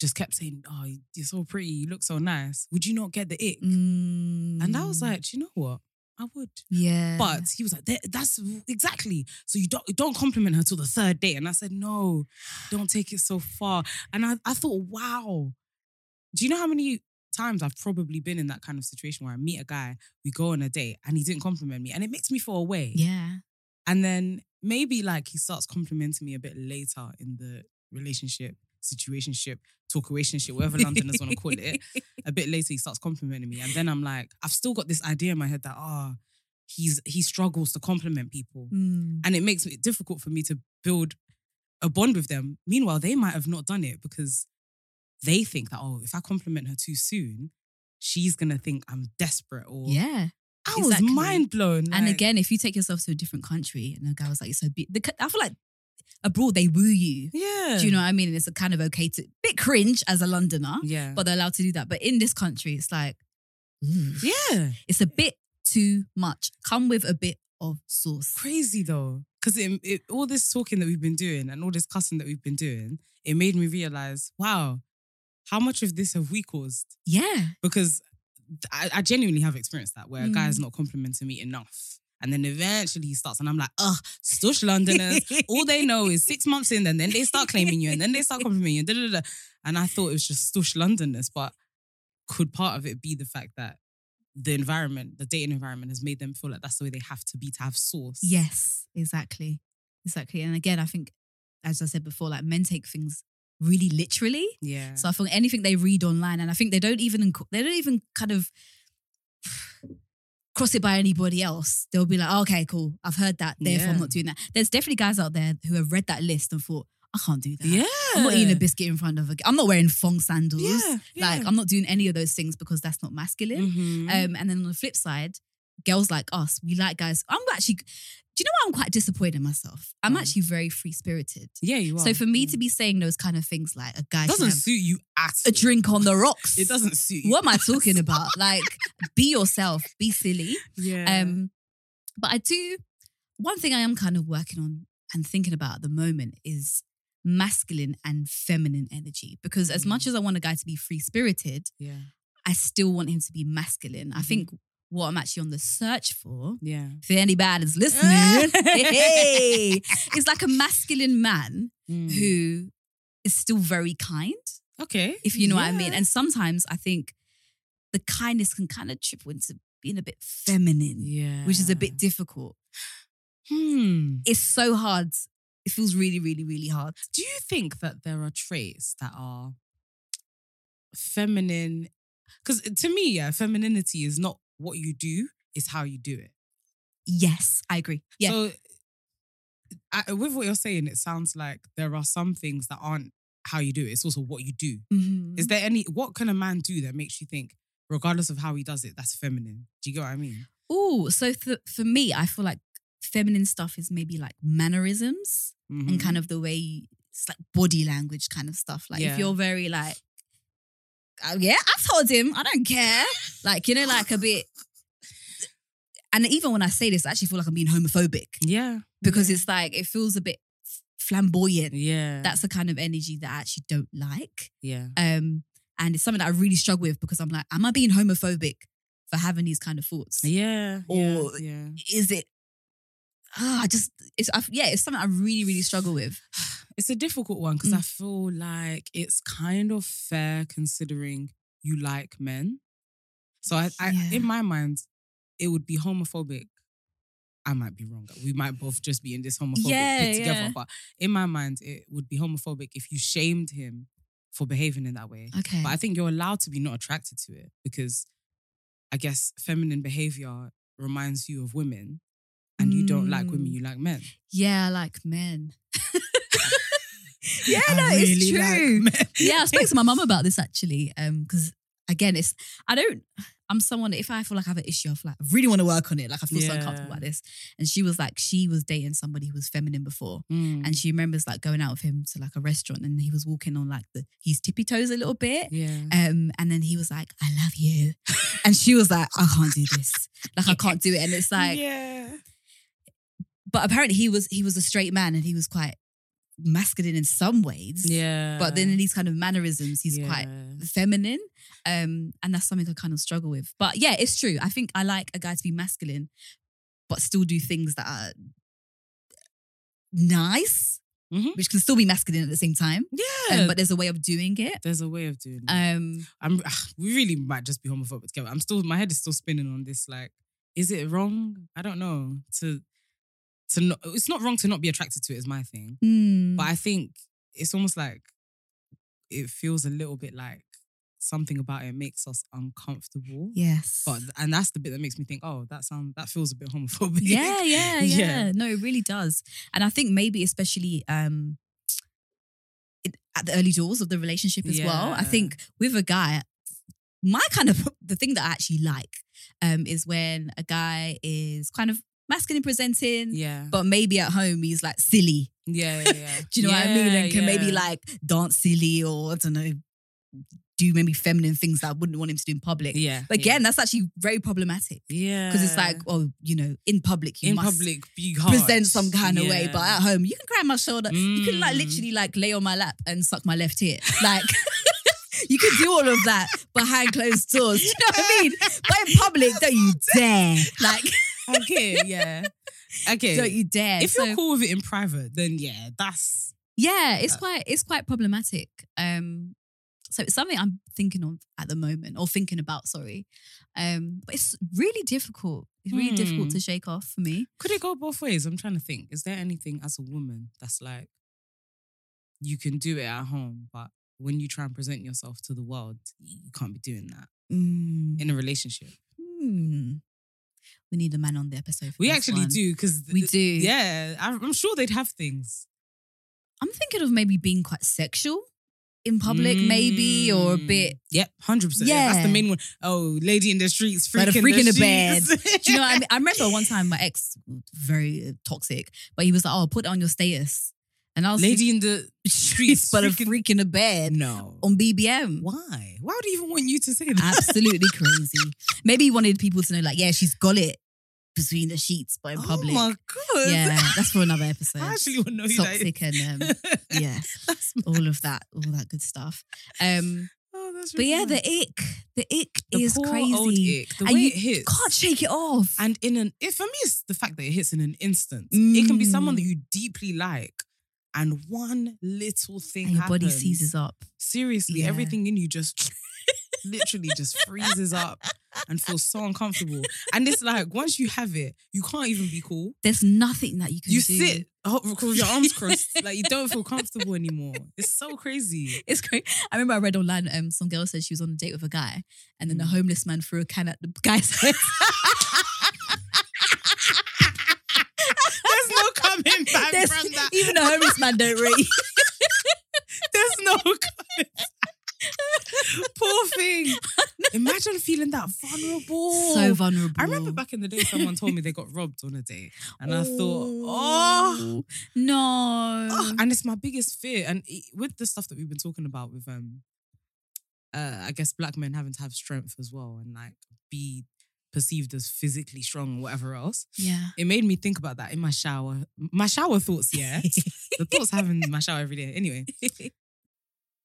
Speaker 2: just kept saying, oh, you're so pretty, you look so nice, would you not get the ick?
Speaker 1: mm,
Speaker 2: And I was like, "Do you know what? I would.
Speaker 1: "Yeah,
Speaker 2: But he was like, "That- "That's exactly." So you don't don't compliment her till the third day, and I said, "No, don't take it so far." And I, I thought, "Wow, do you know how many times I've probably been in that kind of situation where I meet a guy, we go on a date, and he didn't compliment me, and it makes me feel away.
Speaker 1: yeah,
Speaker 2: And then maybe like he starts complimenting me a bit later in the relationship, situationship, talk relationship, whatever Londoners want to call it. A bit later he starts complimenting me. And then I'm like, I've still got this idea in my head that, ah, he's he struggles to compliment people.
Speaker 1: Mm,
Speaker 2: And it makes it difficult for me to build a bond with them. Meanwhile, they might have not done it because they think that, oh, if I compliment her too soon, she's gonna think I'm desperate or
Speaker 1: yeah."
Speaker 2: I
Speaker 1: exactly.
Speaker 2: was mind blown.
Speaker 1: and
Speaker 2: like,
Speaker 1: again, if you take yourself to a different country and the guy was like, "You're so be-, the, c- I feel like abroad they woo you.
Speaker 2: Yeah.
Speaker 1: Do you know what I mean? And it's a kind of okay to bit cringe as a Londoner,
Speaker 2: Yeah.
Speaker 1: but they're allowed to do that. But in this country, it's like "Ooh,
Speaker 2: yeah.
Speaker 1: it's a bit too much. Come with a bit of sauce.
Speaker 2: crazy though because it, it, all this talking that we've been doing and all this cussing that we've been doing it made me realize wow how much of this have we caused
Speaker 1: Yeah,
Speaker 2: because i, I genuinely have experienced that where a guy's
Speaker 1: Mm.
Speaker 2: not complimenting me enough and then eventually he starts and i'm like ugh stush londoners all they know is six months in and then they start claiming you and then they start complimenting you da, da, da. and i thought it was just stush londoners but could part of it be the fact that the environment the dating environment has made them feel like that's the way they have to be to have source
Speaker 1: yes, exactly, exactly. And again, I think, as I said before, like men take things really literally.
Speaker 2: Yeah.
Speaker 1: So I think anything they read online, and I think they don't even inc- they don't even kind of cross it by anybody else. They'll be like, oh, okay, cool, I've heard that, therefore I'm
Speaker 2: Yeah.
Speaker 1: not doing that. There's definitely guys out there who have read that list and thought, I can't do that.
Speaker 2: yeah.
Speaker 1: I'm not eating a biscuit in front of a. g- I'm not wearing thong sandals.
Speaker 2: Yeah. Mm-hmm.
Speaker 1: Like I'm not doing any of those things because that's not masculine. Um, and then on the flip side, girls like us, we like guys. I'm actually. Do you know what? I'm quite disappointed in myself. I'm
Speaker 2: Mm.
Speaker 1: actually very free spirited.
Speaker 2: yeah, you are.
Speaker 1: So for me to be saying those kind of things like a
Speaker 2: it
Speaker 1: guy should
Speaker 2: doesn't
Speaker 1: have
Speaker 2: suit you at
Speaker 1: a
Speaker 2: all.
Speaker 1: drink on the rocks.
Speaker 2: It doesn't suit you.
Speaker 1: What am I talking about? Like, be yourself, be silly.
Speaker 2: Yeah.
Speaker 1: Um, But I do, one thing I am kind of working on and thinking about at the moment is masculine and feminine energy. Because as
Speaker 2: Mm.
Speaker 1: much as I want a guy to be free spirited,
Speaker 2: Yeah.
Speaker 1: I still want him to be masculine. I
Speaker 2: Mhm.
Speaker 1: think what I'm actually on the search for,
Speaker 2: Yeah.
Speaker 1: if anybody's listening, hey, is like a masculine man
Speaker 2: Mm.
Speaker 1: who is still very kind,
Speaker 2: Okay.
Speaker 1: if you know what I
Speaker 2: Yeah.
Speaker 1: mean. And sometimes I think the kindness can kind of trip into being a bit feminine,
Speaker 2: yeah.
Speaker 1: which is a bit difficult.
Speaker 2: Hmm.
Speaker 1: It's so hard. It feels really, really, really hard.
Speaker 2: Do you think that there are traits that are feminine? Because to me, yeah, femininity is not what you do, it's how you do it.
Speaker 1: Yes, I agree. Yeah.
Speaker 2: So, I, uh, with what you're saying, it sounds like there are some things that aren't how you do it, it's also what you do.
Speaker 1: Mhm.
Speaker 2: Is there any, what can a man do that makes you think, regardless of how he does it, that's feminine? Do you get what I mean?
Speaker 1: Ooh, so th- for me, I feel like feminine stuff is maybe like mannerisms
Speaker 2: Mm-hmm. Mm.
Speaker 1: and kind of the way you- it's like body language kind of stuff. Like
Speaker 2: Yeah.
Speaker 1: if you're very like, oh, yeah, I've told him, I don't care. Like you know, like a bit. And even when I say this, I actually feel like I'm being homophobic
Speaker 2: Yeah.
Speaker 1: because it's like it feels a bit flamboyant.
Speaker 2: Yeah.
Speaker 1: That's the kind of energy that I actually don't like.
Speaker 2: yeah.
Speaker 1: Um, and it's something that I really struggle with because I'm like, am I being homophobic for having these kind of thoughts?
Speaker 2: Yeah.
Speaker 1: Or-
Speaker 2: yeah.
Speaker 1: is it? Ah, I just it's i yeah, it's something I really really struggle with.
Speaker 2: It's a difficult one because I
Speaker 1: Mm.
Speaker 2: feel like it's kind of fair considering you like men. So I, I
Speaker 1: Yeah.
Speaker 2: in my mind, it would be homophobic. I might be wrong. We might both just be in this homophobic
Speaker 1: Yeah,
Speaker 2: pit together.
Speaker 1: yeah.
Speaker 2: But in my mind, it would be homophobic if you shamed him for behaving in that way.
Speaker 1: Okay,
Speaker 2: But I think you're allowed to be not attracted to it because I guess feminine behavior reminds you of women and you don't like women,
Speaker 1: Mm.
Speaker 2: you like men.
Speaker 1: yeah, I like men. yeah,
Speaker 2: I
Speaker 1: no, it's
Speaker 2: really
Speaker 1: true.
Speaker 2: like men.
Speaker 1: yeah, I spoke to my mum about this actually, um, because again, it's I don't. I'm someone if I feel like I have an issue, I feel like I really want to work on it. Like I feel so uncomfortable
Speaker 2: Yeah.
Speaker 1: about this. And she was like, she was dating somebody who was feminine before.
Speaker 2: Mm.
Speaker 1: And she remembers like going out with him to like a restaurant and he was walking on like the he's tippy toes a little bit.
Speaker 2: yeah.
Speaker 1: Um, and then he was like, I love you. And she was like, I can't do this. Like I can't do it. And it's like,
Speaker 2: yeah.
Speaker 1: but apparently he was he was a straight man and he was quite masculine in some ways.
Speaker 2: Yeah.
Speaker 1: But then in these kind of mannerisms, he's quite feminine. Um, and that's something I kind of struggle with. But yeah, it's true. I think I like a guy to be masculine, but still do things that are nice,
Speaker 2: Mhm.
Speaker 1: which can still be masculine at the same time.
Speaker 2: Yeah.
Speaker 1: Um, but there's a way of doing it.
Speaker 2: there's a way of doing it.
Speaker 1: Um,
Speaker 2: I'm ah, we really might just be homophobic together. I'm still my head is still spinning on this. Like, is it wrong? I don't know. To to not it's not wrong to not be attracted to it is my thing.
Speaker 1: hmm.
Speaker 2: But I think it's almost like it feels a little bit like something about it makes us uncomfortable.
Speaker 1: yes.
Speaker 2: But and that's the bit that makes me think, oh, that sound that feels a bit homophobic.
Speaker 1: yeah, yeah, yeah,
Speaker 2: Yeah.
Speaker 1: No, it really does. And I think maybe especially um it, at the early doors of the relationship as well. I
Speaker 2: Yeah.
Speaker 1: think with a guy, my kind of the thing that I actually like um is when a guy is kind of masculine presenting.
Speaker 2: Yeah.
Speaker 1: But maybe at home he's like silly.
Speaker 2: yeah, yeah, yeah.
Speaker 1: Do you know what I mean?
Speaker 2: Yeah,
Speaker 1: And can maybe
Speaker 2: yeah.
Speaker 1: like dance silly or I don't know, do maybe feminine things that I wouldn't want him to do in public.
Speaker 2: Yeah.
Speaker 1: But again, that's actually very problematic.
Speaker 2: Yeah.
Speaker 1: Because it's like, oh, you know, in public you
Speaker 2: in
Speaker 1: must
Speaker 2: public be hard.
Speaker 1: present some kind of way,
Speaker 2: Yeah.
Speaker 1: but at home you can cry on my shoulder. You can like
Speaker 2: Mm.
Speaker 1: literally like lay on my lap and suck my left ear. Like you can do all of that behind closed doors. Do you know what I mean? But in public, don't you dare. Like
Speaker 2: Mm. okay, yeah, okay.
Speaker 1: don't you dare.
Speaker 2: if
Speaker 1: So,
Speaker 2: you're cool with it in private, then yeah, that's
Speaker 1: yeah, it's quite it's quite problematic. Um so it's something I'm thinking of at the moment, or thinking about, sorry. Um, but it's really difficult. It's really difficult
Speaker 2: Hmm.
Speaker 1: to shake off for me.
Speaker 2: could it go both ways? I'm trying to think. Is there anything as a woman that's like you can do it at home, but when you try and present yourself to the world, you can't be doing that
Speaker 1: Mm.
Speaker 2: in a relationship.
Speaker 1: Hmm. We need a man on the episode. for
Speaker 2: We
Speaker 1: this
Speaker 2: actually
Speaker 1: one.
Speaker 2: do because
Speaker 1: We do.
Speaker 2: Yeah, I- I'm sure they'd have things.
Speaker 1: I'm thinking of maybe being quite sexual in public, maybe, or a
Speaker 2: Mm.
Speaker 1: bit.
Speaker 2: Yep, hundred percent. Yeah, that's the
Speaker 1: Yeah.
Speaker 2: main one. Oh, lady in the streets,
Speaker 1: Like a
Speaker 2: freaking
Speaker 1: freak in
Speaker 2: the
Speaker 1: the bed.
Speaker 2: streets.
Speaker 1: Do you know what I mean? I remember one time my ex, very toxic, but he was like, "Oh, put it on your status," and I was
Speaker 2: Lady in the streets,
Speaker 1: but a
Speaker 2: freaking-
Speaker 1: freak in a bed Um,
Speaker 2: No.
Speaker 1: on BBM.
Speaker 2: Why? Why would he even want you to say that?
Speaker 1: Absolutely crazy. Maybe he wanted people to know, like, yeah, she's got it. between the sheets, but in public.
Speaker 2: Oh my god.
Speaker 1: yeah, that's for another episode.
Speaker 2: I actually want to know who that is.
Speaker 1: Toxic and um, yeah,
Speaker 2: That's-
Speaker 1: all of that, all that good stuff. Um,
Speaker 2: oh, that's
Speaker 1: but yeah,
Speaker 2: really
Speaker 1: the
Speaker 2: nice.
Speaker 1: ick, the ick
Speaker 2: The
Speaker 1: is
Speaker 2: poor
Speaker 1: crazy.
Speaker 2: old ick, the
Speaker 1: And
Speaker 2: way
Speaker 1: you
Speaker 2: it hits.
Speaker 1: Can't shake it off.
Speaker 2: And in an, it, for me, it's the fact that it hits in an instant. It can be someone
Speaker 1: Mm.
Speaker 2: that you deeply like, and one little thing
Speaker 1: And your body
Speaker 2: happens.
Speaker 1: seizes up.
Speaker 2: Seriously,
Speaker 1: Yeah.
Speaker 2: everything in you just literally just freezes up and feels so uncomfortable. And it's like once you have it, you can't even be cool.
Speaker 1: There's nothing that you can
Speaker 2: You
Speaker 1: do.
Speaker 2: sit oh, with your arms crossed, like you don't feel comfortable anymore. It's so crazy.
Speaker 1: It's great. I remember I read online. Um, some girl said she was on a date with a guy, and then the
Speaker 2: Mm.
Speaker 1: homeless man threw a can at the guy's head.
Speaker 2: There's no coming back
Speaker 1: There's-
Speaker 2: from that.
Speaker 1: Even the homeless man don't read.
Speaker 2: There's no coming. Poor thing. Imagine feeling that vulnerable.
Speaker 1: so vulnerable.
Speaker 2: I remember back in the day, someone told me they got robbed on a date, and I thought, oh,
Speaker 1: no.
Speaker 2: oh, and it's my biggest fear. And it- with the stuff that we've been talking about, with um, uh, I guess black men having to have strength as well, and like be perceived as physically strong or whatever else.
Speaker 1: yeah.
Speaker 2: It made me think about that in my shower. My shower thoughts, yeah. the thoughts I have in my shower every day. Anyway,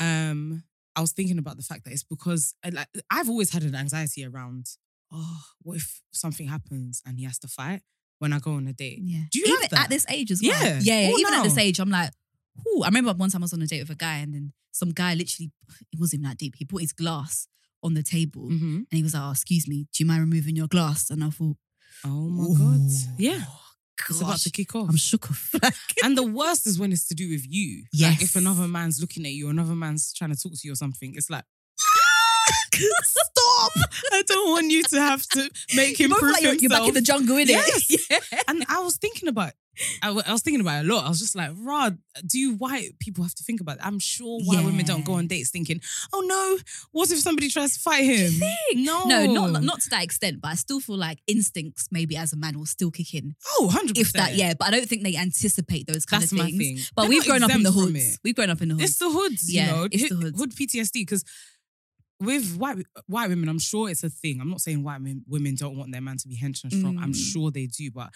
Speaker 2: um, I was thinking about the fact that it's because I, like I've always had an anxiety around, oh, what if something happens and he has to fight when I go on a date?
Speaker 1: Yeah.
Speaker 2: Do you
Speaker 1: even
Speaker 2: have that?
Speaker 1: at this age as well?
Speaker 2: Yeah. Oh,
Speaker 1: Yeah. yeah.
Speaker 2: All
Speaker 1: Even at this
Speaker 2: now.
Speaker 1: age, I'm like, ooh. I remember one time I was on a date with a guy, and then some guy literally, it wasn't even that deep. He put his glass on the table, and
Speaker 2: Mm-hmm.
Speaker 1: he was like, "Oh, excuse me, do you mind removing your glass?" And I thought,
Speaker 2: Oh my
Speaker 1: Ooh.
Speaker 2: god! Yeah, it's about
Speaker 1: Oh gosh,
Speaker 2: to kick off.
Speaker 1: I'm shook of.
Speaker 2: and the worst is when it's to do with you.
Speaker 1: Yes.
Speaker 2: Like if another man's looking at you, another man's trying to talk to you or something, it's like,
Speaker 1: Stop!
Speaker 2: I don't want you to have to make
Speaker 1: You
Speaker 2: him
Speaker 1: both
Speaker 2: prove
Speaker 1: like you're, you're back
Speaker 2: himself.
Speaker 1: in the jungle, innit?
Speaker 2: Yes.
Speaker 1: Yeah.
Speaker 2: and I was thinking about, I wa- I was thinking about it a lot. I was just like, Rod, do white people have to think about? It? I'm sure white women don't go
Speaker 1: Yeah.
Speaker 2: on dates thinking, oh no, what if somebody tries to fight him? No,
Speaker 1: No,
Speaker 2: Oh.
Speaker 1: not not to that extent, but I still feel like instincts, maybe as a man, will still kick in.
Speaker 2: Oh, 100
Speaker 1: If that, yeah, but I don't think they anticipate those kind
Speaker 2: that's
Speaker 1: of
Speaker 2: my
Speaker 1: things.
Speaker 2: thing.
Speaker 1: But
Speaker 2: They're
Speaker 1: we've
Speaker 2: not
Speaker 1: grown up in the
Speaker 2: exempt from
Speaker 1: hoods.
Speaker 2: it.
Speaker 1: We've grown up in the hoods.
Speaker 2: It's the hoods,
Speaker 1: Yeah,
Speaker 2: you know,
Speaker 1: it's the
Speaker 2: hi-
Speaker 1: hoods.
Speaker 2: hood PTSD because. With white white women, I'm sure it's a thing. I'm not saying white men, women don't want their man to be hench and strong. I'm
Speaker 1: Mm.
Speaker 2: sure they do, but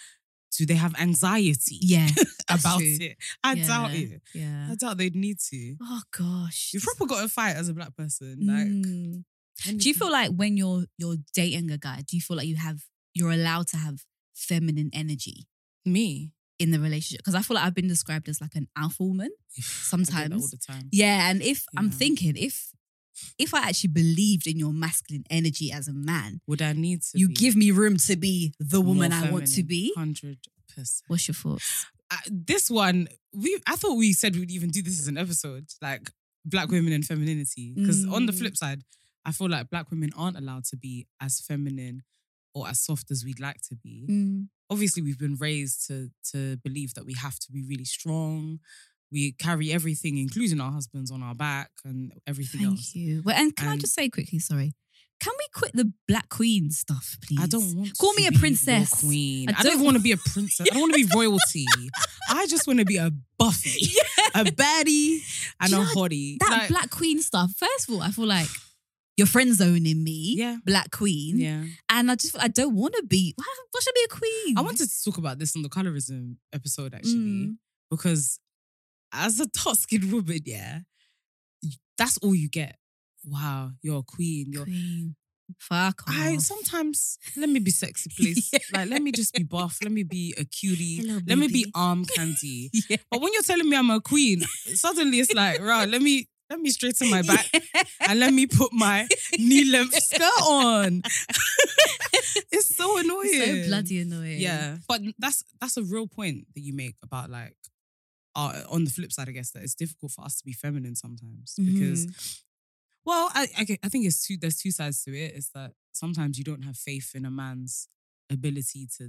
Speaker 2: do they have anxiety
Speaker 1: yeah, that's
Speaker 2: about
Speaker 1: true.
Speaker 2: it? I doubt
Speaker 1: Yeah,
Speaker 2: it.
Speaker 1: Yeah.
Speaker 2: I doubt they'd need to.
Speaker 1: Oh gosh.
Speaker 2: You've probably got to fight as a black person. Like,
Speaker 1: Mm. Do you feel like when you're you're dating a guy, do you feel like you have you're allowed to have feminine energy
Speaker 2: me?
Speaker 1: in the relationship? Because I feel like I've been described as like an alpha woman.
Speaker 2: I do that all
Speaker 1: Sometimes.
Speaker 2: the time.
Speaker 1: Yeah, and if I'm
Speaker 2: Yeah.
Speaker 1: thinking if if I actually believed in your masculine energy as a man,
Speaker 2: Would I need to?
Speaker 1: you
Speaker 2: be
Speaker 1: give me room to be the woman I want to be.
Speaker 2: Hundred percent.
Speaker 1: What's your thoughts?
Speaker 2: This one, we I thought we said we'd even do this as an episode, like black women and femininity. Because on the
Speaker 1: Mm.
Speaker 2: flip side, I feel like black women aren't allowed to be as feminine or as soft as we'd like to be.
Speaker 1: Mm.
Speaker 2: Obviously, we've been raised to to believe that we have to be really strong. We carry everything, including our husbands, on our back and everything
Speaker 1: Thank
Speaker 2: else.
Speaker 1: you. Well, and can I
Speaker 2: And-
Speaker 1: just say quickly, sorry, can we quit the black queen stuff, please?
Speaker 2: I don't want
Speaker 1: Call
Speaker 2: to
Speaker 1: me a
Speaker 2: be your
Speaker 1: princess.
Speaker 2: queen.
Speaker 1: I
Speaker 2: I don't,
Speaker 1: don't-
Speaker 2: want to be a princess. I don't want to be royalty. I just want to be a Buffy, a baddie, and
Speaker 1: Do you
Speaker 2: a
Speaker 1: know
Speaker 2: hottie.
Speaker 1: that
Speaker 2: Like,
Speaker 1: black queen stuff. First of all, I feel like you're friend zoning me,
Speaker 2: Yeah.
Speaker 1: black queen,
Speaker 2: Yeah,
Speaker 1: and I just I don't want to be. Why, why should I be a queen?
Speaker 2: I wanted to talk about this on the colorism episode actually
Speaker 1: Mm.
Speaker 2: because as a dark skinned woman, yeah, you- that's all you get. Wow, you're a queen. You're
Speaker 1: queen. Fuck off.
Speaker 2: I sometimes let me be sexy, please. Like let me just be buff. Let me be a cutie.
Speaker 1: Hello,
Speaker 2: let me be
Speaker 1: baby.
Speaker 2: arm candy.
Speaker 1: yeah.
Speaker 2: But when you're telling me I'm a queen, suddenly it's like, right, let me let me straighten my back and let me put my knee length skirt on. it's so annoying.
Speaker 1: so bloody annoying.
Speaker 2: Oh, Yeah. But that's that's a real point that you make about like uh, on the flip side, I guess that it's difficult for us to be feminine sometimes
Speaker 1: Mm-hmm.
Speaker 2: because well, I, I I think it's two there's two sides to it. It's that sometimes you don't have faith in a man's ability to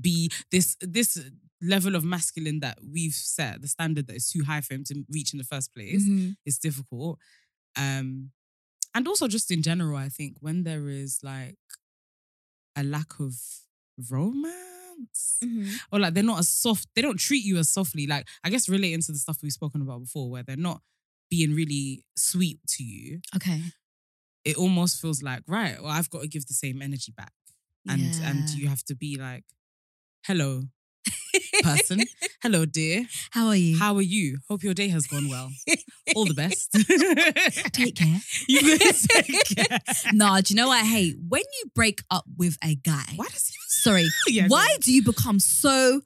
Speaker 2: be this this level of masculine that we've set, the standard that is too high for him to reach in the first place.
Speaker 1: Mhm.
Speaker 2: It's difficult. Um, and also just in general, I think when there is like a lack of romance
Speaker 1: Mhm.
Speaker 2: or like they're not as soft, they don't treat you as softly. Like I guess relating to the stuff we've spoken about before, where they're not being really sweet to you,
Speaker 1: Okay.
Speaker 2: it almost feels like right. Well, I've got to give the same energy back, and and
Speaker 1: Yeah.
Speaker 2: you have to be like, hello, person, hello, dear,
Speaker 1: How are you?
Speaker 2: how are you? Hope your day has gone well. All the best.
Speaker 1: Take care.
Speaker 2: You guys take care.
Speaker 1: Nah, do you know what I hate? When you break up with a guy.
Speaker 2: Why does he?
Speaker 1: Sorry.
Speaker 2: Yeah, go
Speaker 1: why
Speaker 2: on.
Speaker 1: do you become so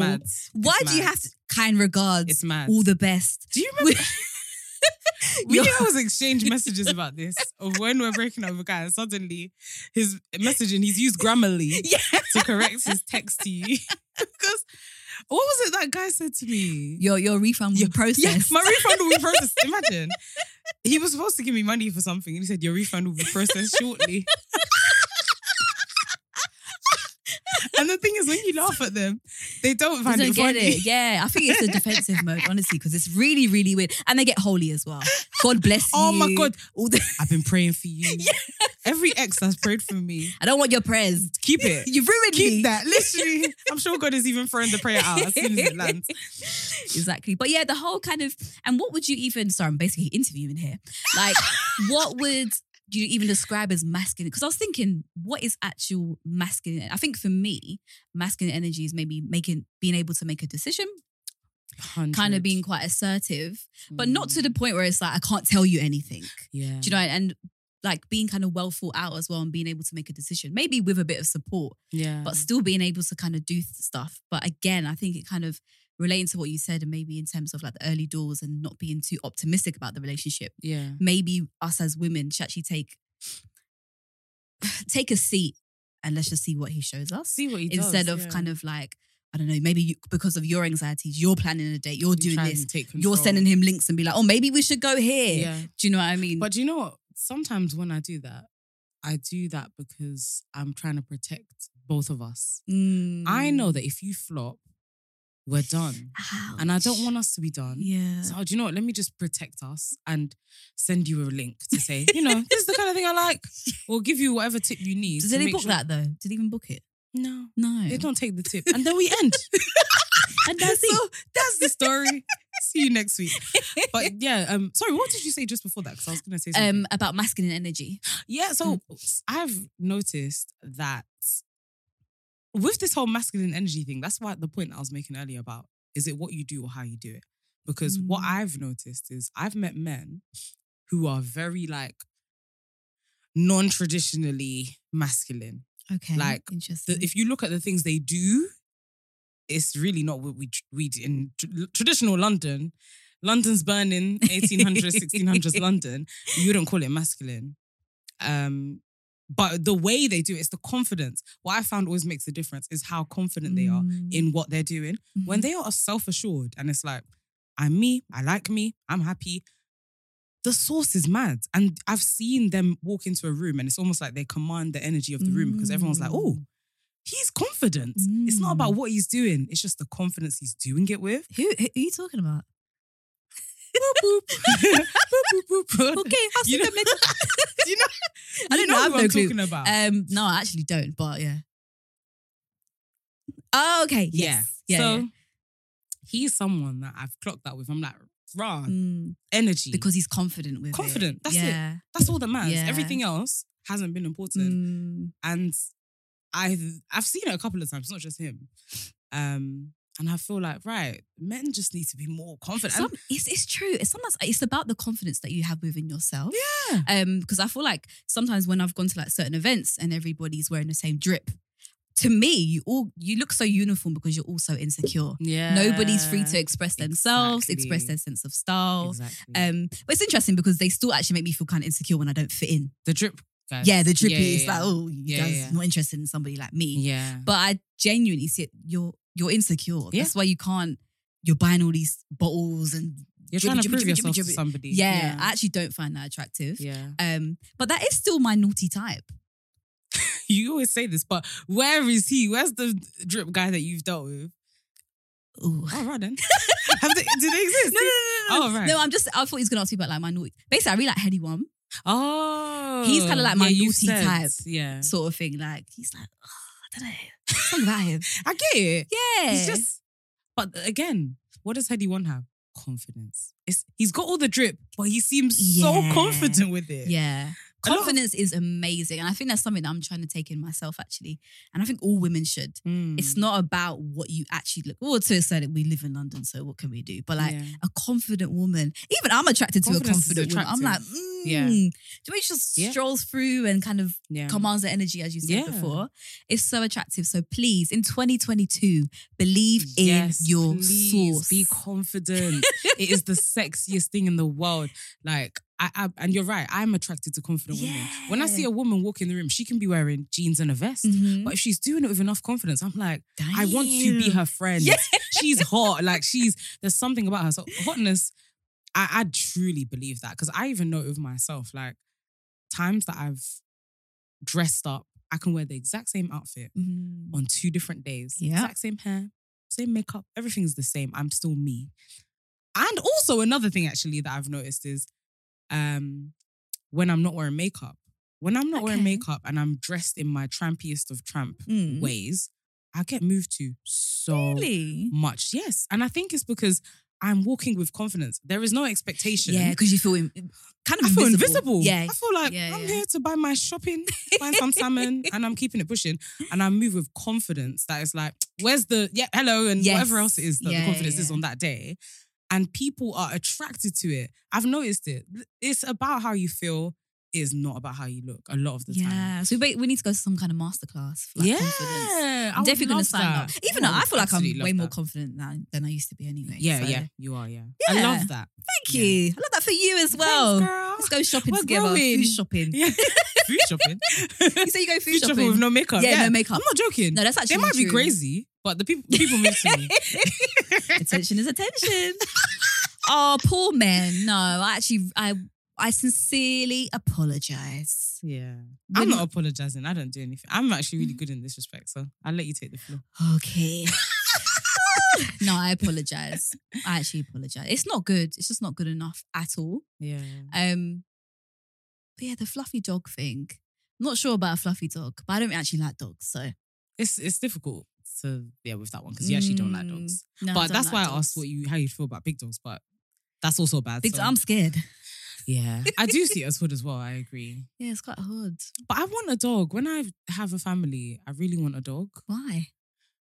Speaker 2: It's mad.
Speaker 1: Why
Speaker 2: It's
Speaker 1: do you
Speaker 2: mad.
Speaker 1: have to kind regards?
Speaker 2: It's mad.
Speaker 1: All the best.
Speaker 2: Do you remember? we
Speaker 1: Yo.
Speaker 2: always exchange messages about this of when we're breaking up with a guy and suddenly his messaging he's used Grammarly
Speaker 1: Yeah.
Speaker 2: to correct his text to you because what was it that guy said to me?
Speaker 1: Your your refund will
Speaker 2: Your-
Speaker 1: be processed.
Speaker 2: Yes, my refund will be processed. Imagine he was supposed to give me money for something and he said your refund will be processed shortly. and the thing is, when you laugh at them, they don't
Speaker 1: I
Speaker 2: find
Speaker 1: don't
Speaker 2: it
Speaker 1: get
Speaker 2: funny.
Speaker 1: it. Yeah, I think it's a defensive mode, honestly, because it's really, really weird. And they get holy as well. God bless
Speaker 2: Oh
Speaker 1: you.
Speaker 2: my god!
Speaker 1: All the,
Speaker 2: I've been praying for you. Every ex has prayed for me.
Speaker 1: I don't want your prayers.
Speaker 2: Keep it.
Speaker 1: You've ruined me.
Speaker 2: Keep that. Literally, I'm sure God is even throwing the prayer out as soon as it lands.
Speaker 1: Exactly. But yeah, the whole kind of and what would you even sorry, I'm basically interviewing here. Like, what would you even describe as masculine? Because I was thinking, what is actual masculine? I think for me, masculine energy is maybe making being able to make a decision, kind of being quite assertive, but not to the point where it's like, I can't tell you anything.
Speaker 2: Mm. Yeah.
Speaker 1: Do you know? And like being kind of well thought out as well and being able to make a decision, maybe with a bit of support
Speaker 2: Yeah.
Speaker 1: but still being able to kind of do th- stuff. But again, I think it kind of relating to what you said, and maybe in terms of like the early doors and not being too optimistic about the relationship.
Speaker 2: yeah.
Speaker 1: Maybe us as women should actually take take a seat and let's just see what he shows us
Speaker 2: See what he does.
Speaker 1: instead of kind of like I don't know. Maybe you, because of your anxieties, you're planning a date, you're doing this, you're sending him links and be like, oh, maybe we should go here.
Speaker 2: Yeah.
Speaker 1: Do you know what I mean?
Speaker 2: But do you know what? Sometimes when I do that, I do that because I'm trying to protect both of us.
Speaker 1: Mm.
Speaker 2: I know that if you flop, we're done. And I don't want us to be done.
Speaker 1: Yeah.
Speaker 2: So do you know what? Let me just protect us and send you a link to say, you know, this is the kind of thing I like. We'll give you whatever tip you need.
Speaker 1: Did
Speaker 2: to
Speaker 1: he
Speaker 2: make
Speaker 1: book Mm.
Speaker 2: sure-
Speaker 1: that though? Did he even book it?
Speaker 2: No.
Speaker 1: No.
Speaker 2: They don't take the tip. And then we end.
Speaker 1: And that's it.
Speaker 2: So that's the story. See you next week. But yeah, um, sorry, what did you say just before that? Because I was gonna say something.
Speaker 1: um, about masculine energy.
Speaker 2: Yeah, so I've noticed that with this whole masculine energy thing, that's why the point I was making earlier about is it what you do or how you do it? Because what
Speaker 1: Mm.
Speaker 2: I've noticed is I've met men who are very like non traditionally masculine.
Speaker 1: Okay,
Speaker 2: Like,
Speaker 1: interesting.
Speaker 2: The, if you look at the things they do, it's really not what we tr- we do in tr- traditional London. London's burning 1800s, 1600s London. You wouldn't call it masculine. Um, but the way they do it, it's the confidence. What I found always makes a difference is how confident they are
Speaker 1: Mm.
Speaker 2: in what they're doing.
Speaker 1: Mm-hmm.
Speaker 2: When they are self assured and it's like, I'm me, I like me, I'm happy. The source is mad. And I've seen them walk into a room and it's almost like they command the energy of the room because everyone's like,
Speaker 1: Mm.
Speaker 2: oh, he's confident. It's not about what he's doing, it's just the confidence he's doing it with.
Speaker 1: who, who are you talking about?
Speaker 2: Boop, boop. Boop, boop, boop.
Speaker 1: Okay, I'll see
Speaker 2: You know-
Speaker 1: them later.
Speaker 2: you know,
Speaker 1: I
Speaker 2: you
Speaker 1: don't know, I have
Speaker 2: who
Speaker 1: no
Speaker 2: I'm
Speaker 1: clue.
Speaker 2: talking about.
Speaker 1: Um, no, I actually don't. But yeah. Oh, okay. Yes.
Speaker 2: yeah.
Speaker 1: Yeah.
Speaker 2: so
Speaker 1: yeah.
Speaker 2: he's someone that I've clocked that with. I'm like, rah,
Speaker 1: Mm,
Speaker 2: energy.
Speaker 1: because he's confident with it.
Speaker 2: Confident, that's it.
Speaker 1: yeah.
Speaker 2: that's all that matters.
Speaker 1: Yeah.
Speaker 2: Everything else hasn't been important.
Speaker 1: Mm,
Speaker 2: and I've I've seen it a couple of times, not just him. Um, and I feel like right, men just need to be more confident.
Speaker 1: some, it's it's true. It's sometimes it's about the confidence that you have within yourself.
Speaker 2: yeah,
Speaker 1: Um, because I feel like sometimes when I've gone to like certain events and everybody's wearing the same drip, to me, you all you look so uniform because you're all so insecure.
Speaker 2: yeah.
Speaker 1: Nobody's free to express themselves, express
Speaker 2: Exactly.
Speaker 1: their sense of style.
Speaker 2: exactly.
Speaker 1: Um, but it's interesting because they still actually make me feel kind of insecure when I don't fit in.
Speaker 2: the drip. Guys.
Speaker 1: Yeah, the drippy
Speaker 2: Yeah,
Speaker 1: is
Speaker 2: yeah,
Speaker 1: like, oh, you
Speaker 2: Yeah,
Speaker 1: guys
Speaker 2: yeah.
Speaker 1: not interested in somebody like me.
Speaker 2: yeah.
Speaker 1: But I genuinely see it. You're you're insecure.
Speaker 2: Yeah.
Speaker 1: That's why you can't. You're buying all these bottles and
Speaker 2: You're
Speaker 1: dribbly,
Speaker 2: trying to
Speaker 1: dribbly,
Speaker 2: prove
Speaker 1: dribbly,
Speaker 2: yourself to
Speaker 1: dribbly.
Speaker 2: somebody.
Speaker 1: yeah, I actually don't find that attractive.
Speaker 2: yeah.
Speaker 1: Um, but that is still my naughty type.
Speaker 2: you always say this, but where is he? Where's the drip guy that you've dealt with?
Speaker 1: Ooh.
Speaker 2: Oh, right then. Have they, do they exist?
Speaker 1: No, no, no, no, no.
Speaker 2: Oh, right.
Speaker 1: No, I'm just. I thought he was gonna ask me about like my naughty. Basically, I really like Heady One
Speaker 2: Oh,
Speaker 1: He's kinda like my
Speaker 2: you
Speaker 1: naughty
Speaker 2: said,
Speaker 1: type.
Speaker 2: Yeah,
Speaker 1: sort of thing. Like he's like, oh, I don't know, something about him.
Speaker 2: I get it.
Speaker 1: Yeah,
Speaker 2: He's just, but again, what does Heady One have? Confidence. It's he's got all the drip, but he seems
Speaker 1: Yeah.
Speaker 2: so confident with it.
Speaker 1: yeah.
Speaker 2: A lot of-
Speaker 1: Confidence is amazing, and I think that's something that I'm trying to take in myself actually, and I think all women should.
Speaker 2: Mm.
Speaker 1: It's not about what you actually look. Well, to a certain, we live in London, so what can we do? But like.
Speaker 2: Yeah.
Speaker 1: a confident woman. Even I'm attracted to a
Speaker 2: Confidence is
Speaker 1: confident woman. I'm like,
Speaker 2: attractive.
Speaker 1: mm.
Speaker 2: Yeah.
Speaker 1: Do we just
Speaker 2: Yeah.
Speaker 1: strolls through and kind of
Speaker 2: yeah.
Speaker 1: commands the energy, as you said
Speaker 2: Yeah.
Speaker 1: before? It's so attractive. So please, in 2022, believe
Speaker 2: Yes,
Speaker 1: in your
Speaker 2: please
Speaker 1: source.
Speaker 2: Be confident. it is the sexiest thing in the world. Like I, I and you're right. I'm attracted to confident women. When I see
Speaker 1: Yeah.
Speaker 2: a woman walk in the room, she can be wearing jeans and a vest.
Speaker 1: Mhm.
Speaker 2: But if she's doing it with enough confidence, I'm like, I want to be
Speaker 1: Damn.
Speaker 2: her friend.
Speaker 1: Yeah.
Speaker 2: She's hot. Like she's there's something about her. So hotness, I, I truly believe that. Cause I even know it with myself. Like times that I've dressed up, I can wear the exact same outfit
Speaker 1: Mhm.
Speaker 2: on two different days.
Speaker 1: Yeah.
Speaker 2: Exact same hair, same makeup, everything's the same. I'm still me. And also another thing actually that I've noticed is um when I'm not wearing makeup. When I'm not wearing
Speaker 1: Okay.
Speaker 2: makeup and I'm dressed in my trampiest of tramp
Speaker 1: Mm.
Speaker 2: ways, I get moved to so
Speaker 1: Really?
Speaker 2: much. Yes. And I think it's because I'm walking with confidence. There is no expectation.
Speaker 1: Yeah, because you feel in, kind of
Speaker 2: I feel invisible.
Speaker 1: Yeah.
Speaker 2: I feel like
Speaker 1: Yeah,
Speaker 2: I'm
Speaker 1: yeah.
Speaker 2: here to buy my shopping, find some salmon, and I'm keeping it pushing. And I move with confidence that it's like, where's the, yeah, hello, and
Speaker 1: Yes.
Speaker 2: whatever else it is that
Speaker 1: Yeah,
Speaker 2: the confidence
Speaker 1: yeah,
Speaker 2: is
Speaker 1: yeah.
Speaker 2: on that day. And people are attracted to it. I've noticed it. It's about how you feel, it's not about how you look a lot of the time.
Speaker 1: Yeah. So we, we need to go to some kind of masterclass. For, like, Confidence.
Speaker 2: I
Speaker 1: I'm
Speaker 2: would
Speaker 1: definitely gonna
Speaker 2: love
Speaker 1: sign
Speaker 2: that.
Speaker 1: up. Even
Speaker 2: I
Speaker 1: though
Speaker 2: would
Speaker 1: I feel like I'm
Speaker 2: absolutely love
Speaker 1: way more
Speaker 2: that.
Speaker 1: confident now than I used to be anyway.
Speaker 2: Yeah,
Speaker 1: so-
Speaker 2: yeah, you are. Yeah,
Speaker 1: Yeah.
Speaker 2: I love that.
Speaker 1: Thank
Speaker 2: Yeah.
Speaker 1: you. I love that for you as
Speaker 2: Thanks,
Speaker 1: well.
Speaker 2: girl.
Speaker 1: Let's go shopping
Speaker 2: We're
Speaker 1: together.
Speaker 2: growing.
Speaker 1: Food shopping.
Speaker 2: Yeah, food shopping.
Speaker 1: You say you go food,
Speaker 2: food shopping.
Speaker 1: shopping.
Speaker 2: with no makeup.
Speaker 1: Yeah, no makeup.
Speaker 2: I'm not joking.
Speaker 1: No, that's actually
Speaker 2: they might be
Speaker 1: true.
Speaker 2: crazy, but the people people move to me.
Speaker 1: attention is attention. oh, poor men. No, I actually, I, I sincerely apologize.
Speaker 2: Yeah, I'm
Speaker 1: Women-
Speaker 2: not apologizing. I don't do anything. I'm actually really good in this respect, so I'll let you take the floor.
Speaker 1: Okay. no, I apologize. I actually apologize. It's not good. It's just not good enough at all.
Speaker 2: Yeah,
Speaker 1: Um, but yeah, the fluffy dog thing. Not sure about a fluffy dog, but I don't actually like dogs, so
Speaker 2: it's it's difficult to yeah with that one because you actually don't like
Speaker 1: Mm,
Speaker 2: dogs.
Speaker 1: no, I
Speaker 2: but
Speaker 1: don't
Speaker 2: that's
Speaker 1: like
Speaker 2: why I
Speaker 1: dogs.
Speaker 2: asked what you how you feel about big dogs, but. That's also bad.
Speaker 1: Big,
Speaker 2: so-
Speaker 1: I'm scared.
Speaker 2: yeah, I do see it as hood as well. I agree,
Speaker 1: Yeah, it's quite hard.
Speaker 2: but I want a dog. When I have a family, I really want a dog.
Speaker 1: Why?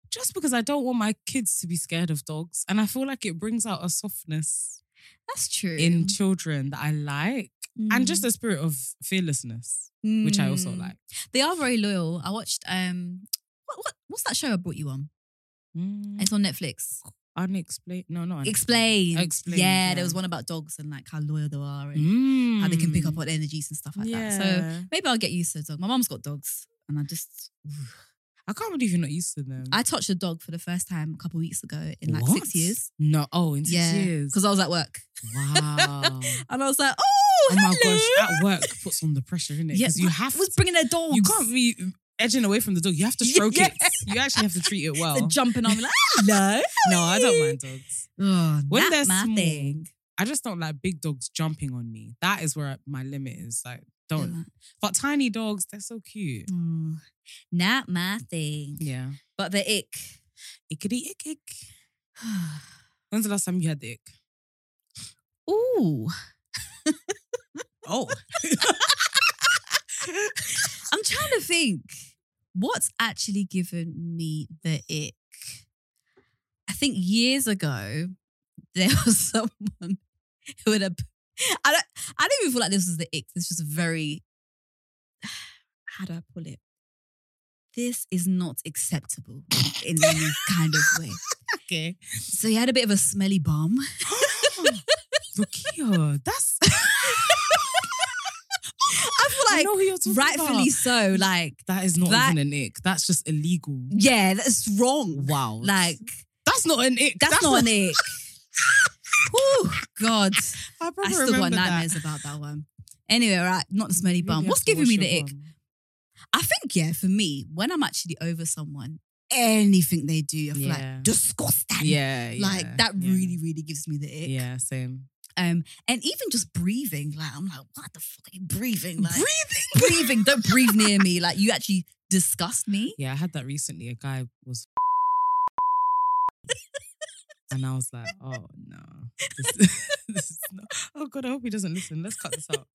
Speaker 2: just because I don't want my kids to be scared of dogs. And I feel like it brings out a softness
Speaker 1: That's true.
Speaker 2: in children that I like and just a spirit of fearlessness, which I also
Speaker 1: Mm.
Speaker 2: like.
Speaker 1: They are very loyal. I watched um what, what what's that show I brought you on? It's on Netflix.
Speaker 2: Unexplained. Mm, No, not unexplained.
Speaker 1: Explain.
Speaker 2: Explained,
Speaker 1: Yeah, there
Speaker 2: yeah.
Speaker 1: was one about dogs and like how loyal they are and
Speaker 2: Mm.
Speaker 1: how they can pick up on energies and stuff like
Speaker 2: yeah.
Speaker 1: that. So maybe I'll get used to a dog. My mom's got dogs and I just
Speaker 2: I can't believe you're not used to them.
Speaker 1: I touched a dog for the first time a couple of weeks ago in like
Speaker 2: What?
Speaker 1: six years.
Speaker 2: No. Oh, in six
Speaker 1: yeah,
Speaker 2: years.
Speaker 1: because I was at work
Speaker 2: Wow.
Speaker 1: and I was like, oh,
Speaker 2: oh my
Speaker 1: hello."
Speaker 2: gosh. At work puts on the pressure, innit?
Speaker 1: Yeah,
Speaker 2: Because you
Speaker 1: what-
Speaker 2: have
Speaker 1: was
Speaker 2: to.
Speaker 1: bringing their dogs.
Speaker 2: You can't be edging away from the dog. You have to stroke
Speaker 1: Yeah.
Speaker 2: it. You actually have to treat it well.
Speaker 1: They're jumping on me like, hello.
Speaker 2: No, I don't mind dogs.
Speaker 1: Oh,
Speaker 2: When
Speaker 1: not
Speaker 2: they're
Speaker 1: my
Speaker 2: small,
Speaker 1: thing.
Speaker 2: I just don't like big dogs jumping on me. That is where my limit is. Like,
Speaker 1: They're
Speaker 2: don't.
Speaker 1: like,
Speaker 2: But tiny dogs, they're so cute.
Speaker 1: "Mm, not my thing.
Speaker 2: Yeah.
Speaker 1: But the ick.
Speaker 2: Ickity ick ick. When's the last time you had the ick?
Speaker 1: Ooh,
Speaker 2: Oh.
Speaker 1: I'm trying to think what's actually given me the ick. I think years ago there was someone who had a. I don't. I don't even feel like this was the ick. This was very. How do I put it? This is not acceptable in any kind of way.
Speaker 2: okay.
Speaker 1: So he had a bit of a smelly bum.
Speaker 2: Rukia, that's
Speaker 1: I feel
Speaker 2: I
Speaker 1: like
Speaker 2: know who you're talking
Speaker 1: rightfully
Speaker 2: about.
Speaker 1: so. Like,
Speaker 2: That is not
Speaker 1: that-
Speaker 2: even an ick. That's just illegal.
Speaker 1: yeah, that's wrong.
Speaker 2: Wow.
Speaker 1: Like,
Speaker 2: that's not an ick.
Speaker 1: that's, not an ick. oh God,
Speaker 2: I,
Speaker 1: I
Speaker 2: probably
Speaker 1: still got
Speaker 2: remember that.
Speaker 1: nightmares about that one. Anyway, right, not the smelly
Speaker 2: Maybe I
Speaker 1: bum.
Speaker 2: have
Speaker 1: What's
Speaker 2: to
Speaker 1: giving me
Speaker 2: wash
Speaker 1: the
Speaker 2: your
Speaker 1: ick?
Speaker 2: bum.
Speaker 1: I think, yeah, for me, when I'm actually over someone, anything they do, I feel
Speaker 2: Yeah.
Speaker 1: like disgusting.
Speaker 2: Yeah,
Speaker 1: Like
Speaker 2: yeah,
Speaker 1: that
Speaker 2: yeah.
Speaker 1: really, really gives me the ick.
Speaker 2: Yeah, same.
Speaker 1: Um, and even just breathing, like I'm like, what the fuck are you breathing? Like breathing, breathing. Don't breathe near me. Like you actually disgust me.
Speaker 2: Yeah, I had that recently. A guy was, and I was like, oh no, this, this is not. Oh god, I hope he doesn't listen. Let's cut this out.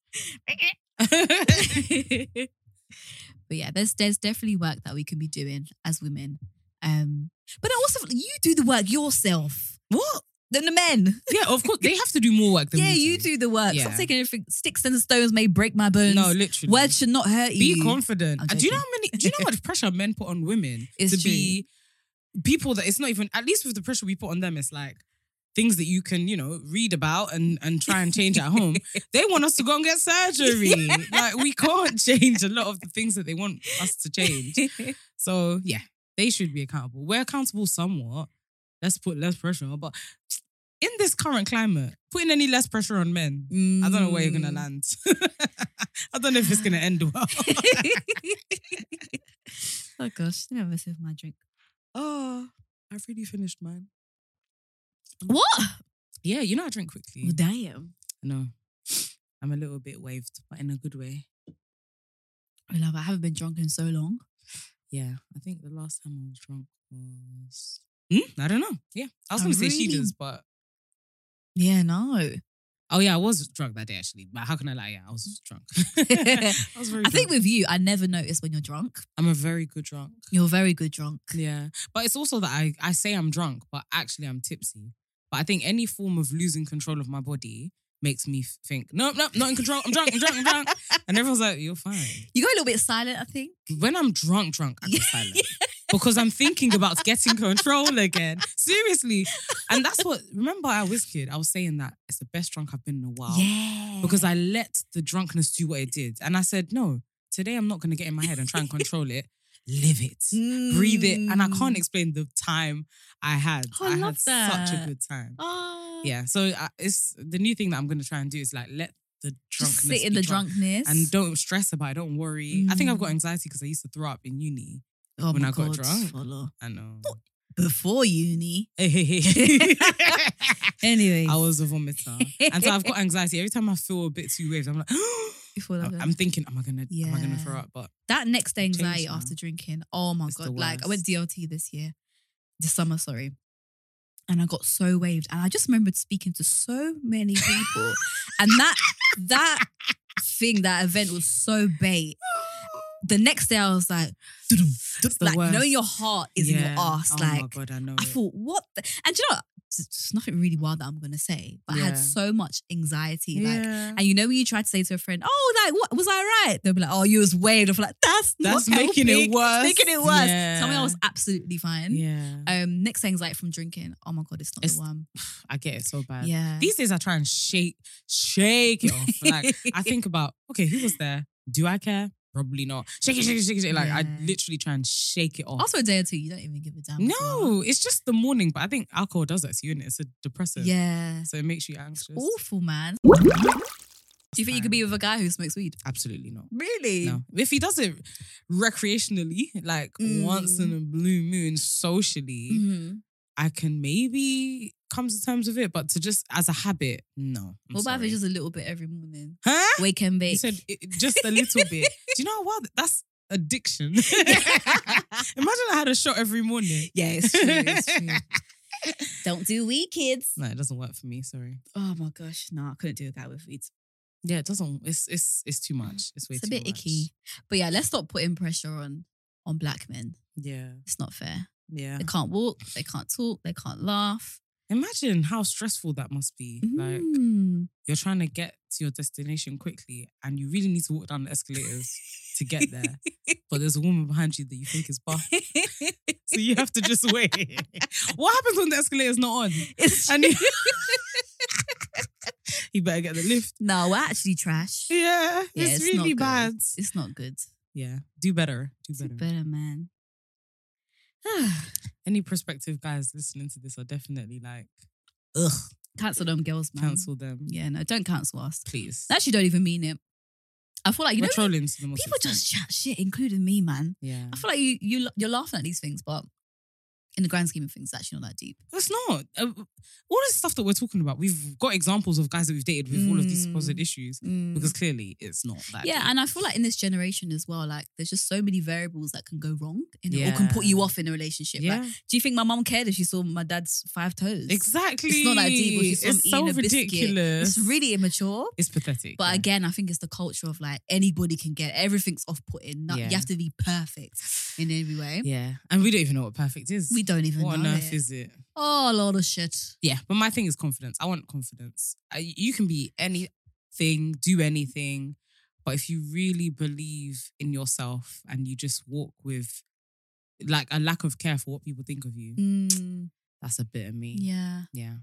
Speaker 1: But yeah, there's there's definitely work that we can be doing as women. Um, but I also you do the work yourself. What? Then the men.
Speaker 2: yeah, of course they have to do more work than
Speaker 1: yeah,
Speaker 2: we
Speaker 1: you do the work. Stop
Speaker 2: Yeah.
Speaker 1: taking anything. Sticks and stones may break my bones.
Speaker 2: No, literally.
Speaker 1: Words should not hurt
Speaker 2: be
Speaker 1: you.
Speaker 2: confident.
Speaker 1: E- I'm
Speaker 2: And do you know
Speaker 1: joking.
Speaker 2: how many? Do you know how much pressure men put on women to
Speaker 1: It's
Speaker 2: be people that it's not even. At least with the pressure we put on them, it's like things that you can you know read about and and try and change at home. They want us to go and get surgery. Like we can't change a lot of the things that they want us to change. So yeah, they should be accountable. We're accountable somewhat. Let's put less pressure on. But in this current climate, putting any less pressure on men, I don't know where you're gonna
Speaker 1: Mm.
Speaker 2: land. I don't know if it's gonna end well.
Speaker 1: oh gosh, I never sip my drink.
Speaker 2: oh, I've really finished mine.
Speaker 1: What?
Speaker 2: Yeah, you know I drink quickly.
Speaker 1: Well, damn.
Speaker 2: I know. I'm a little bit waved, but in a good way.
Speaker 1: I love. It. I haven't been drunk in so long.
Speaker 2: Yeah, I think the last time I was drunk was. Hmm? I don't know. Yeah, I was
Speaker 1: I
Speaker 2: gonna say she
Speaker 1: really-
Speaker 2: does, but
Speaker 1: Yeah, no.
Speaker 2: oh yeah, I was drunk that day actually. But how can I lie? Yeah, I was drunk. I was very.
Speaker 1: I think
Speaker 2: drunk.
Speaker 1: with you, I never notice when you're drunk.
Speaker 2: I'm a very good drunk.
Speaker 1: You're very good drunk.
Speaker 2: Yeah. But it's also that I, I say I'm drunk, but actually I'm tipsy. But I think any form of losing control of my body makes me f- think, nope, nope, not in control. I'm drunk, I'm drunk, I'm drunk. And everyone's like, you're fine.
Speaker 1: You go a little bit silent, I think.
Speaker 2: When I'm drunk, drunk, I'm
Speaker 1: Yeah.
Speaker 2: silent. Because I'm thinking about getting control again. Seriously. And that's what, remember at WizKid, I was saying that it's the best drunk I've been in a while.
Speaker 1: Yeah.
Speaker 2: Because I let the drunkenness do what it did. And I said, no, today I'm not going to get in my head and try and control it. Live it breathe it. And I
Speaker 1: Mm.
Speaker 2: can't explain the time I had.
Speaker 1: Oh, I
Speaker 2: had
Speaker 1: love
Speaker 2: such a
Speaker 1: that.
Speaker 2: good time.
Speaker 1: Oh.
Speaker 2: Yeah. So I, it's the new thing that I'm going to try and do is like let the
Speaker 1: Just
Speaker 2: drunkenness
Speaker 1: sit in
Speaker 2: be
Speaker 1: the
Speaker 2: drunk
Speaker 1: drunkenness.
Speaker 2: and don't stress about it. Don't worry. I think I've got
Speaker 1: Mm.
Speaker 2: anxiety because I used to throw up in uni.
Speaker 1: oh
Speaker 2: when
Speaker 1: my
Speaker 2: I got
Speaker 1: God,
Speaker 2: drunk.
Speaker 1: follow.
Speaker 2: I know.
Speaker 1: Oh. Before uni.
Speaker 2: I
Speaker 1: Anyway.
Speaker 2: was a vomiter, and so I've got anxiety. Every time I feel a bit too waved, I'm like,
Speaker 1: Before that,
Speaker 2: I'm I'm thinking, am I gonna, am I gonna
Speaker 1: Yeah.
Speaker 2: throw up? But
Speaker 1: that next day
Speaker 2: Changed
Speaker 1: anxiety
Speaker 2: now.
Speaker 1: after drinking. Oh my
Speaker 2: It's the
Speaker 1: god! Like I went DLT this year, this summer, sorry, and I got so waved, and I just remembered speaking to so many people, and that that thing, that event was so bait. The next day, I was like,
Speaker 2: It's the
Speaker 1: like
Speaker 2: worst.
Speaker 1: knowing your heart is in
Speaker 2: Yeah.
Speaker 1: your ass.
Speaker 2: Oh
Speaker 1: like
Speaker 2: my god, I know.
Speaker 1: I
Speaker 2: it.
Speaker 1: thought, what? The? And do you know, what? it's nothing really wild that I'm gonna say, but I had
Speaker 2: Yeah.
Speaker 1: so much anxiety, like.
Speaker 2: yeah.
Speaker 1: And you know when you try to say to a friend, "Oh, like what was I right?" They'll be like, "Oh, you was way off." Like that's not
Speaker 2: That's making it
Speaker 1: healthy. It's
Speaker 2: worse.
Speaker 1: Making it worse.
Speaker 2: Yeah.
Speaker 1: Something I was absolutely fine.
Speaker 2: yeah.
Speaker 1: Um, next thing's like from drinking. Oh my god, it's not
Speaker 2: It's
Speaker 1: the one.
Speaker 2: I get it so bad.
Speaker 1: Yeah.
Speaker 2: These days I try and shake, shake it off. Like I think about, okay, who was there? Do I care? Probably not. Shake it, shake it, shake it. shake it. Like I
Speaker 1: Yeah.
Speaker 2: literally try and shake it off.
Speaker 1: After a day or two, you don't even give a damn. as well.
Speaker 2: no, it's just the morning. But I think alcohol does that to you, and it's a depressant.
Speaker 1: Yeah.
Speaker 2: So it makes you anxious.
Speaker 1: Awful man. Do you think you could be with a guy who smokes weed?
Speaker 2: Absolutely not.
Speaker 1: Really?
Speaker 2: No. If he does it recreationally, like
Speaker 1: Mm.
Speaker 2: once in a blue moon, socially,
Speaker 1: Mhm.
Speaker 2: I can maybe come to terms with it. But to just as a habit, no. I'm
Speaker 1: What about if
Speaker 2: sorry.
Speaker 1: it's just a little bit every morning?
Speaker 2: huh?
Speaker 1: Wake and bake.
Speaker 2: You said it, it- just a little bit. Do you know what? That's addiction. Imagine I had a shot every morning.
Speaker 1: yeah, it's true. It's true. don't do weed, kids.
Speaker 2: No, it doesn't work for me. Sorry.
Speaker 1: Oh my gosh, no, I couldn't do a guy with weed.
Speaker 2: Yeah, it doesn't. It's it's it's too much. It's way
Speaker 1: it's a
Speaker 2: too
Speaker 1: bit
Speaker 2: much.
Speaker 1: icky. But yeah, let's stop putting pressure on on black men.
Speaker 2: Yeah,
Speaker 1: It's not fair.
Speaker 2: yeah.
Speaker 1: They can't walk, they can't talk, they can't laugh.
Speaker 2: Imagine how stressful that must be. Like
Speaker 1: Mm.
Speaker 2: you're trying to get to your destination quickly, and you really need to walk down the escalators to get there. But there's a woman behind you that you think is buff, so you have to just wait. what happens when the escalator's not on?
Speaker 1: It's
Speaker 2: And you, you better get the lift.
Speaker 1: no, we're actually trash.
Speaker 2: Yeah,
Speaker 1: Yeah,
Speaker 2: it's,
Speaker 1: not
Speaker 2: really
Speaker 1: good.
Speaker 2: bad.
Speaker 1: It's not good.
Speaker 2: Yeah, do better. Do
Speaker 1: Do
Speaker 2: better.
Speaker 1: better, man.
Speaker 2: Any prospective guys listening to this are definitely like, ugh,
Speaker 1: cancel them girls, man.
Speaker 2: cancel them.
Speaker 1: Yeah, no, don't cancel us.
Speaker 2: Please.
Speaker 1: Actually, don't even mean it. I feel like you
Speaker 2: We're
Speaker 1: know
Speaker 2: trolling to the most
Speaker 1: people
Speaker 2: extent.
Speaker 1: just chat shit, including me, man.
Speaker 2: Yeah.
Speaker 1: I feel like you you lo- you're laughing at these things, but in the grand scheme of things, it's actually not that deep.
Speaker 2: It's not. Uh, all this stuff that we're talking about, we've got examples of guys that we've dated with all of these supposed
Speaker 1: Mm.
Speaker 2: issues
Speaker 1: Mm.
Speaker 2: because clearly it's not that.
Speaker 1: yeah,
Speaker 2: deep.
Speaker 1: and I feel like in this generation as well, like there's just so many variables that can go wrong in, or
Speaker 2: Yeah.
Speaker 1: can put you off in a relationship.
Speaker 2: yeah,
Speaker 1: Like, do you think my mum cared if she saw my dad's five toes?
Speaker 2: exactly.
Speaker 1: It's not that deep. Or she saw
Speaker 2: It's
Speaker 1: him
Speaker 2: so
Speaker 1: eating a biscuit.
Speaker 2: ridiculous.
Speaker 1: It's really immature.
Speaker 2: It's pathetic.
Speaker 1: But
Speaker 2: yeah.
Speaker 1: again, I think it's the culture of like anybody can get everything's off putting.
Speaker 2: Yeah.
Speaker 1: You have to be perfect in every way.
Speaker 2: yeah, and we don't even know what perfect is.
Speaker 1: We don't even
Speaker 2: what
Speaker 1: know.
Speaker 2: on earth
Speaker 1: it.
Speaker 2: is it?
Speaker 1: oh, a lot of shit.
Speaker 2: Yeah, but my thing is confidence. I want confidence. I, you can be anything, do anything, but if you really believe in yourself and you just walk with like a lack of care for what people think of you,
Speaker 1: Mm,
Speaker 2: that's a bit of me.
Speaker 1: yeah.
Speaker 2: Yeah. That's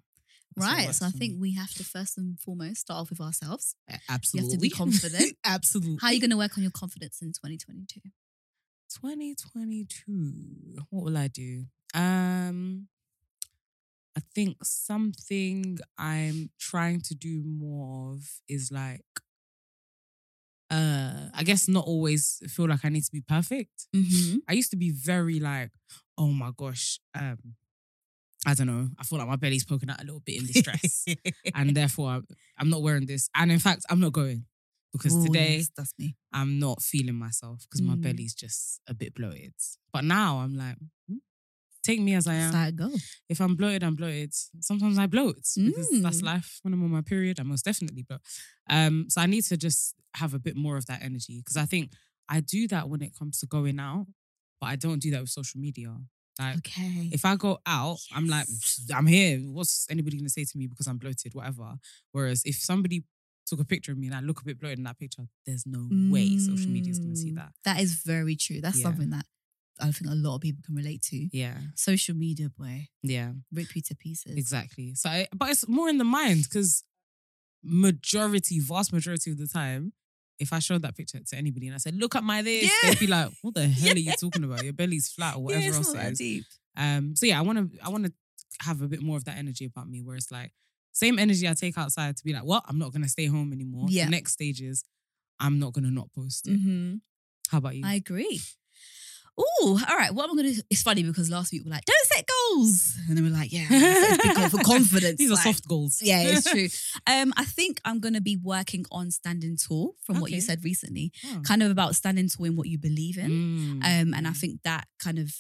Speaker 2: what
Speaker 1: Right.
Speaker 2: works
Speaker 1: So I
Speaker 2: for
Speaker 1: think
Speaker 2: me.
Speaker 1: we have to first and foremost start off with ourselves.
Speaker 2: A- absolutely
Speaker 1: confident.
Speaker 2: absolutely.
Speaker 1: How are you going to work on your confidence in 2022?
Speaker 2: 2022. What will I do? Um, I think something I'm trying to do more of is like, uh, I guess not always feel like I need to be perfect.
Speaker 1: Mm-hmm.
Speaker 2: I used to be very like, oh my gosh, um, I don't know. I feel like my belly's poking out a little bit in this dress, and therefore I'm- I'm not wearing this. And in fact, I'm not going because today
Speaker 1: that's me.
Speaker 2: I'm not feeling myself because my
Speaker 1: Mm.
Speaker 2: belly's just a bit bloated. But now I'm like, "Hmm, take me as I am.
Speaker 1: Start go.
Speaker 2: If I'm bloated, I'm bloated. Sometimes I bloat because that's
Speaker 1: Mm.
Speaker 2: life. When I'm on my period, I most definitely bloat. Um, so I need to just have a bit more of that energy because I think I do that when it comes to going out, but I don't do that with social media. Like
Speaker 1: Okay.
Speaker 2: if I go out, I'm like,
Speaker 1: Yes.
Speaker 2: I'm here. What's anybody gonna say to me because I'm bloated, whatever. Whereas if somebody took a picture of me and I look a bit bloated in that picture, there's no way social media is gonna see
Speaker 1: Mm,
Speaker 2: that.
Speaker 1: That is very true. That's
Speaker 2: Yeah.
Speaker 1: something that I think a lot of people can relate to.
Speaker 2: Yeah,
Speaker 1: Social media, boy,
Speaker 2: yeah,
Speaker 1: rip you to pieces.
Speaker 2: exactly. So, I, but it's more in the mind because majority, vast majority of the time. If I showed that picture to anybody and I said, "Look at my this,"
Speaker 1: Yeah.
Speaker 2: they'd be like, "What the hell are you talking about? Your belly's flat or whatever
Speaker 1: yeah, it's
Speaker 2: else
Speaker 1: not
Speaker 2: it
Speaker 1: that
Speaker 2: is."
Speaker 1: deep.
Speaker 2: Um, so yeah, I want to I want to have a bit more of that energy about me, where it's like same energy I take outside to be like, well, I'm not gonna stay home anymore.
Speaker 1: Yeah.
Speaker 2: The next stage is I'm not gonna not post it.
Speaker 1: Mm-hmm.
Speaker 2: How about you?
Speaker 1: I agree. Oh, all right. What am I going to? It's funny because last week we we're like, don't set goals, and then we're like, yeah, it's big goal for confidence.
Speaker 2: These are
Speaker 1: like,
Speaker 2: soft goals.
Speaker 1: Yeah, it's true. Um, I think I'm going to be working on standing tall from what you
Speaker 2: Okay.
Speaker 1: said recently,
Speaker 2: Oh.
Speaker 1: kind of about standing tall in what you believe in.
Speaker 2: Mm.
Speaker 1: Um, and I think that kind of,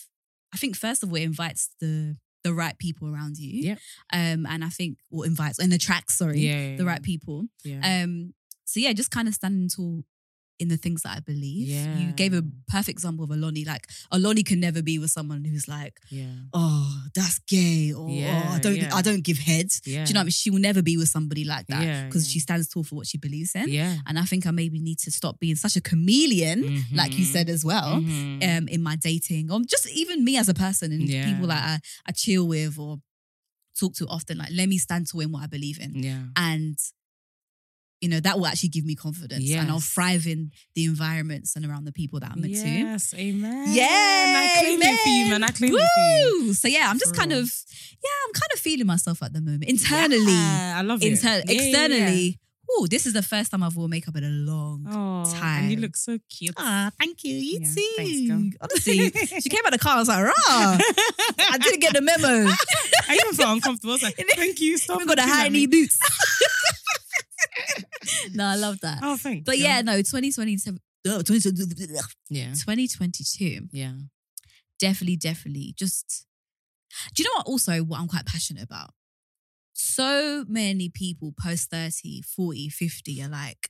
Speaker 1: I think first of all, it invites the the right people around you.
Speaker 2: Yep.
Speaker 1: Um, and I think or invites and attracts, sorry,
Speaker 2: yeah,
Speaker 1: the right people.
Speaker 2: Yeah.
Speaker 1: Um, so yeah, just kind of standing tall in the things that I believe. You gave a
Speaker 2: Yeah.
Speaker 1: perfect example of Aloni. Like Aloni can never be with someone who's like,
Speaker 2: yeah.
Speaker 1: oh, that's gay, or oh, I
Speaker 2: Yeah,
Speaker 1: don't,
Speaker 2: yeah.
Speaker 1: I don't give head.
Speaker 2: Yeah.
Speaker 1: Do you know what I mean? She will never be with somebody like that
Speaker 2: Yeah,
Speaker 1: because
Speaker 2: yeah.
Speaker 1: she stands tall for what she believes in.
Speaker 2: Yeah.
Speaker 1: And I think I maybe need to stop being such a chameleon, like you
Speaker 2: Mhm.
Speaker 1: said as well
Speaker 2: Mhm.
Speaker 1: um, in my dating, or just even me as a person and
Speaker 2: Yeah.
Speaker 1: people that I, I chill with or talk to often. Like, let me stand to in what I believe in.
Speaker 2: yeah.
Speaker 1: And, you know, that will actually give me confidence. And I'll
Speaker 2: Yes.
Speaker 1: thrive in the environments and around the people that I'm meant to.
Speaker 2: Yes, amen.
Speaker 1: Yeah,
Speaker 2: I claim it for you, man. I claim
Speaker 1: Woo!
Speaker 2: it for you.
Speaker 1: So yeah, I'm just
Speaker 2: For
Speaker 1: kind
Speaker 2: real.
Speaker 1: of, yeah, I'm kind of feeling myself at the moment internally,
Speaker 2: Yeah, I love it. Yeah,
Speaker 1: inter-
Speaker 2: yeah, yeah.
Speaker 1: externally. Oh, this is the first time I've worn makeup in a long
Speaker 2: Oh, and you
Speaker 1: time.
Speaker 2: look so cute.
Speaker 1: Ah, thank you. You
Speaker 2: Yeah,
Speaker 1: too.
Speaker 2: thanks, girl.
Speaker 1: Honestly, she came out of the car. I was like, rah. I didn't get the memo.
Speaker 2: I even felt uncomfortable. I was like, thank you. Stop.
Speaker 1: Even got the
Speaker 2: looking at
Speaker 1: high
Speaker 2: me."
Speaker 1: knee boots. no, I love that.
Speaker 2: Oh, thanks.
Speaker 1: but
Speaker 2: girl.
Speaker 1: yeah, no, oh, 2027. no, 2022
Speaker 2: Yeah.
Speaker 1: 2022,
Speaker 2: Yeah.
Speaker 1: definitely, definitely. Just, do you know what? Also, what I'm quite passionate about. So many people post 30, 40, 50 are like,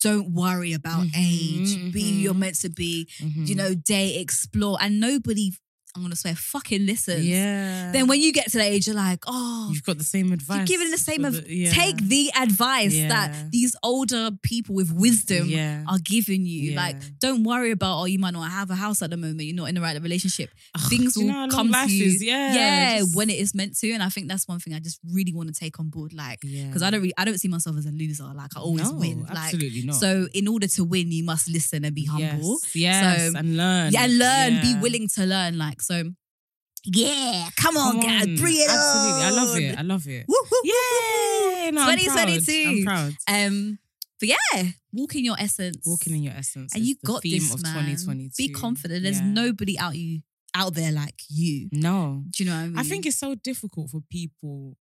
Speaker 1: don't worry about
Speaker 2: Mhm,
Speaker 1: age, be who you're
Speaker 2: mhm.
Speaker 1: meant to be, you
Speaker 2: Mm.
Speaker 1: know, day explore, and nobody, I'm gonna swear, fucking listens.
Speaker 2: Yeah.
Speaker 1: Then when you get to that age, you're like, oh,
Speaker 2: you've got the same advice,
Speaker 1: you're giving the same
Speaker 2: for
Speaker 1: of
Speaker 2: yeah.
Speaker 1: take the advice
Speaker 2: Yeah.
Speaker 1: that these older people with wisdom
Speaker 2: Yeah.
Speaker 1: are giving you. Like,
Speaker 2: Yeah.
Speaker 1: don't worry about oh, you might not have a house at the moment, you're not in the right relationship.
Speaker 2: Ugh,
Speaker 1: Things
Speaker 2: do you
Speaker 1: will
Speaker 2: know how long
Speaker 1: come
Speaker 2: life
Speaker 1: to you.
Speaker 2: is? Yeah,
Speaker 1: yeah,
Speaker 2: just-
Speaker 1: when it is meant to. And I think that's one thing I just really want to take on board. Like,
Speaker 2: Yeah.
Speaker 1: because I don't, really, I don't see myself as a loser. Like, I always
Speaker 2: No,
Speaker 1: win. Like,
Speaker 2: absolutely not.
Speaker 1: so in order to win, you must listen and be humble.
Speaker 2: Yes. yes
Speaker 1: So-
Speaker 2: and learn.
Speaker 1: Yeah, and learn, be
Speaker 2: Yeah.
Speaker 1: willing to learn. Like, so, yeah, come on,
Speaker 2: Come
Speaker 1: guys,
Speaker 2: on.
Speaker 1: bring it
Speaker 2: Absolutely. I love
Speaker 1: on.
Speaker 2: it. I love it.
Speaker 1: Woo, woo, woo, woo, woo.
Speaker 2: Yay! No, I'm proud.
Speaker 1: 2022.
Speaker 2: I'm proud.
Speaker 1: Um, But yeah, walk in your essence.
Speaker 2: Walking in your essence.
Speaker 1: and
Speaker 2: is
Speaker 1: Uh, you
Speaker 2: the
Speaker 1: got
Speaker 2: theme
Speaker 1: this,
Speaker 2: of
Speaker 1: man.
Speaker 2: 2022.
Speaker 1: Be confident. There's
Speaker 2: Yeah.
Speaker 1: nobody out you out there like you.
Speaker 2: No. Mm.
Speaker 1: Do you know what I mean?
Speaker 2: I think it's so difficult for people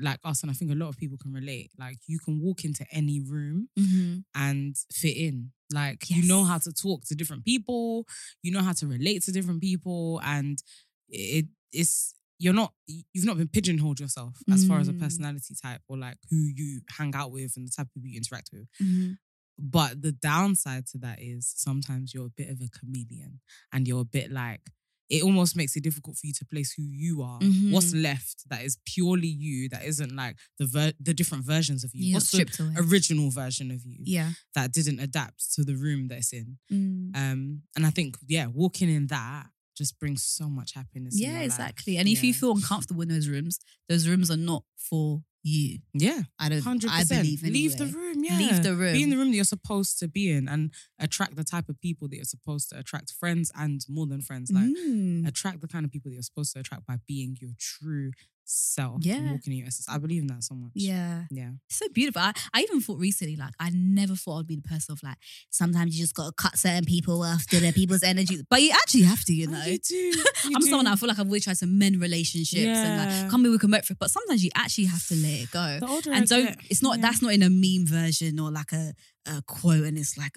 Speaker 2: like us, and I think a lot of people can relate. Like you can walk into any room
Speaker 1: Mhm.
Speaker 2: and fit in. Like you know how to talk to different people, you know how to relate to different people, and it it's you're not you've not been pigeonholed yourself as far as a
Speaker 1: Mm.
Speaker 2: personality type or like who you hang out with and the type of people you interact with.
Speaker 1: Mhm.
Speaker 2: But the downside to that is sometimes you're a bit of a chameleon and you're a bit like, it almost makes it difficult for you to place who you are.
Speaker 1: Mhm.
Speaker 2: What's left that is purely you, that isn't like the ver- the different versions of you.
Speaker 1: You're
Speaker 2: What's the
Speaker 1: stripped away.
Speaker 2: original version of you
Speaker 1: yeah.
Speaker 2: that didn't adapt to the room that it's in?
Speaker 1: Mm.
Speaker 2: Um, and I think, yeah, walking in that just brings so much happiness. in your
Speaker 1: Yeah,
Speaker 2: life.
Speaker 1: exactly. And if you
Speaker 2: Yeah.
Speaker 1: feel uncomfortable in those rooms, those rooms are not for you.
Speaker 2: yeah,
Speaker 1: I don't.
Speaker 2: hundred
Speaker 1: I
Speaker 2: percent,
Speaker 1: believe anyway.
Speaker 2: leave the room. Yeah,
Speaker 1: Leave the room.
Speaker 2: Be in the room that you're supposed to be in and attract the type of people that you're supposed to attract. Friends and more than friends. Like
Speaker 1: Mm.
Speaker 2: attract the kind of people that you're supposed to attract by being your true self. and
Speaker 1: Yeah.
Speaker 2: Walking in your essence. I believe in that so much.
Speaker 1: Yeah.
Speaker 2: Yeah.
Speaker 1: It's so beautiful. I, I even thought recently, like, I never thought I'd be the person of like, sometimes you just gotta cut certain people off to their people's energy. But you actually have to, you know.
Speaker 2: Oh, you do. you
Speaker 1: I'm someone
Speaker 2: do.
Speaker 1: that I feel like I've always tried to mend relationships and
Speaker 2: Yeah.
Speaker 1: like come here we can work for it. But sometimes you actually have to let it go.
Speaker 2: The older I
Speaker 1: and don't
Speaker 2: get,
Speaker 1: it's not
Speaker 2: yeah.
Speaker 1: that's not in a meme version or like a, a quote and it's like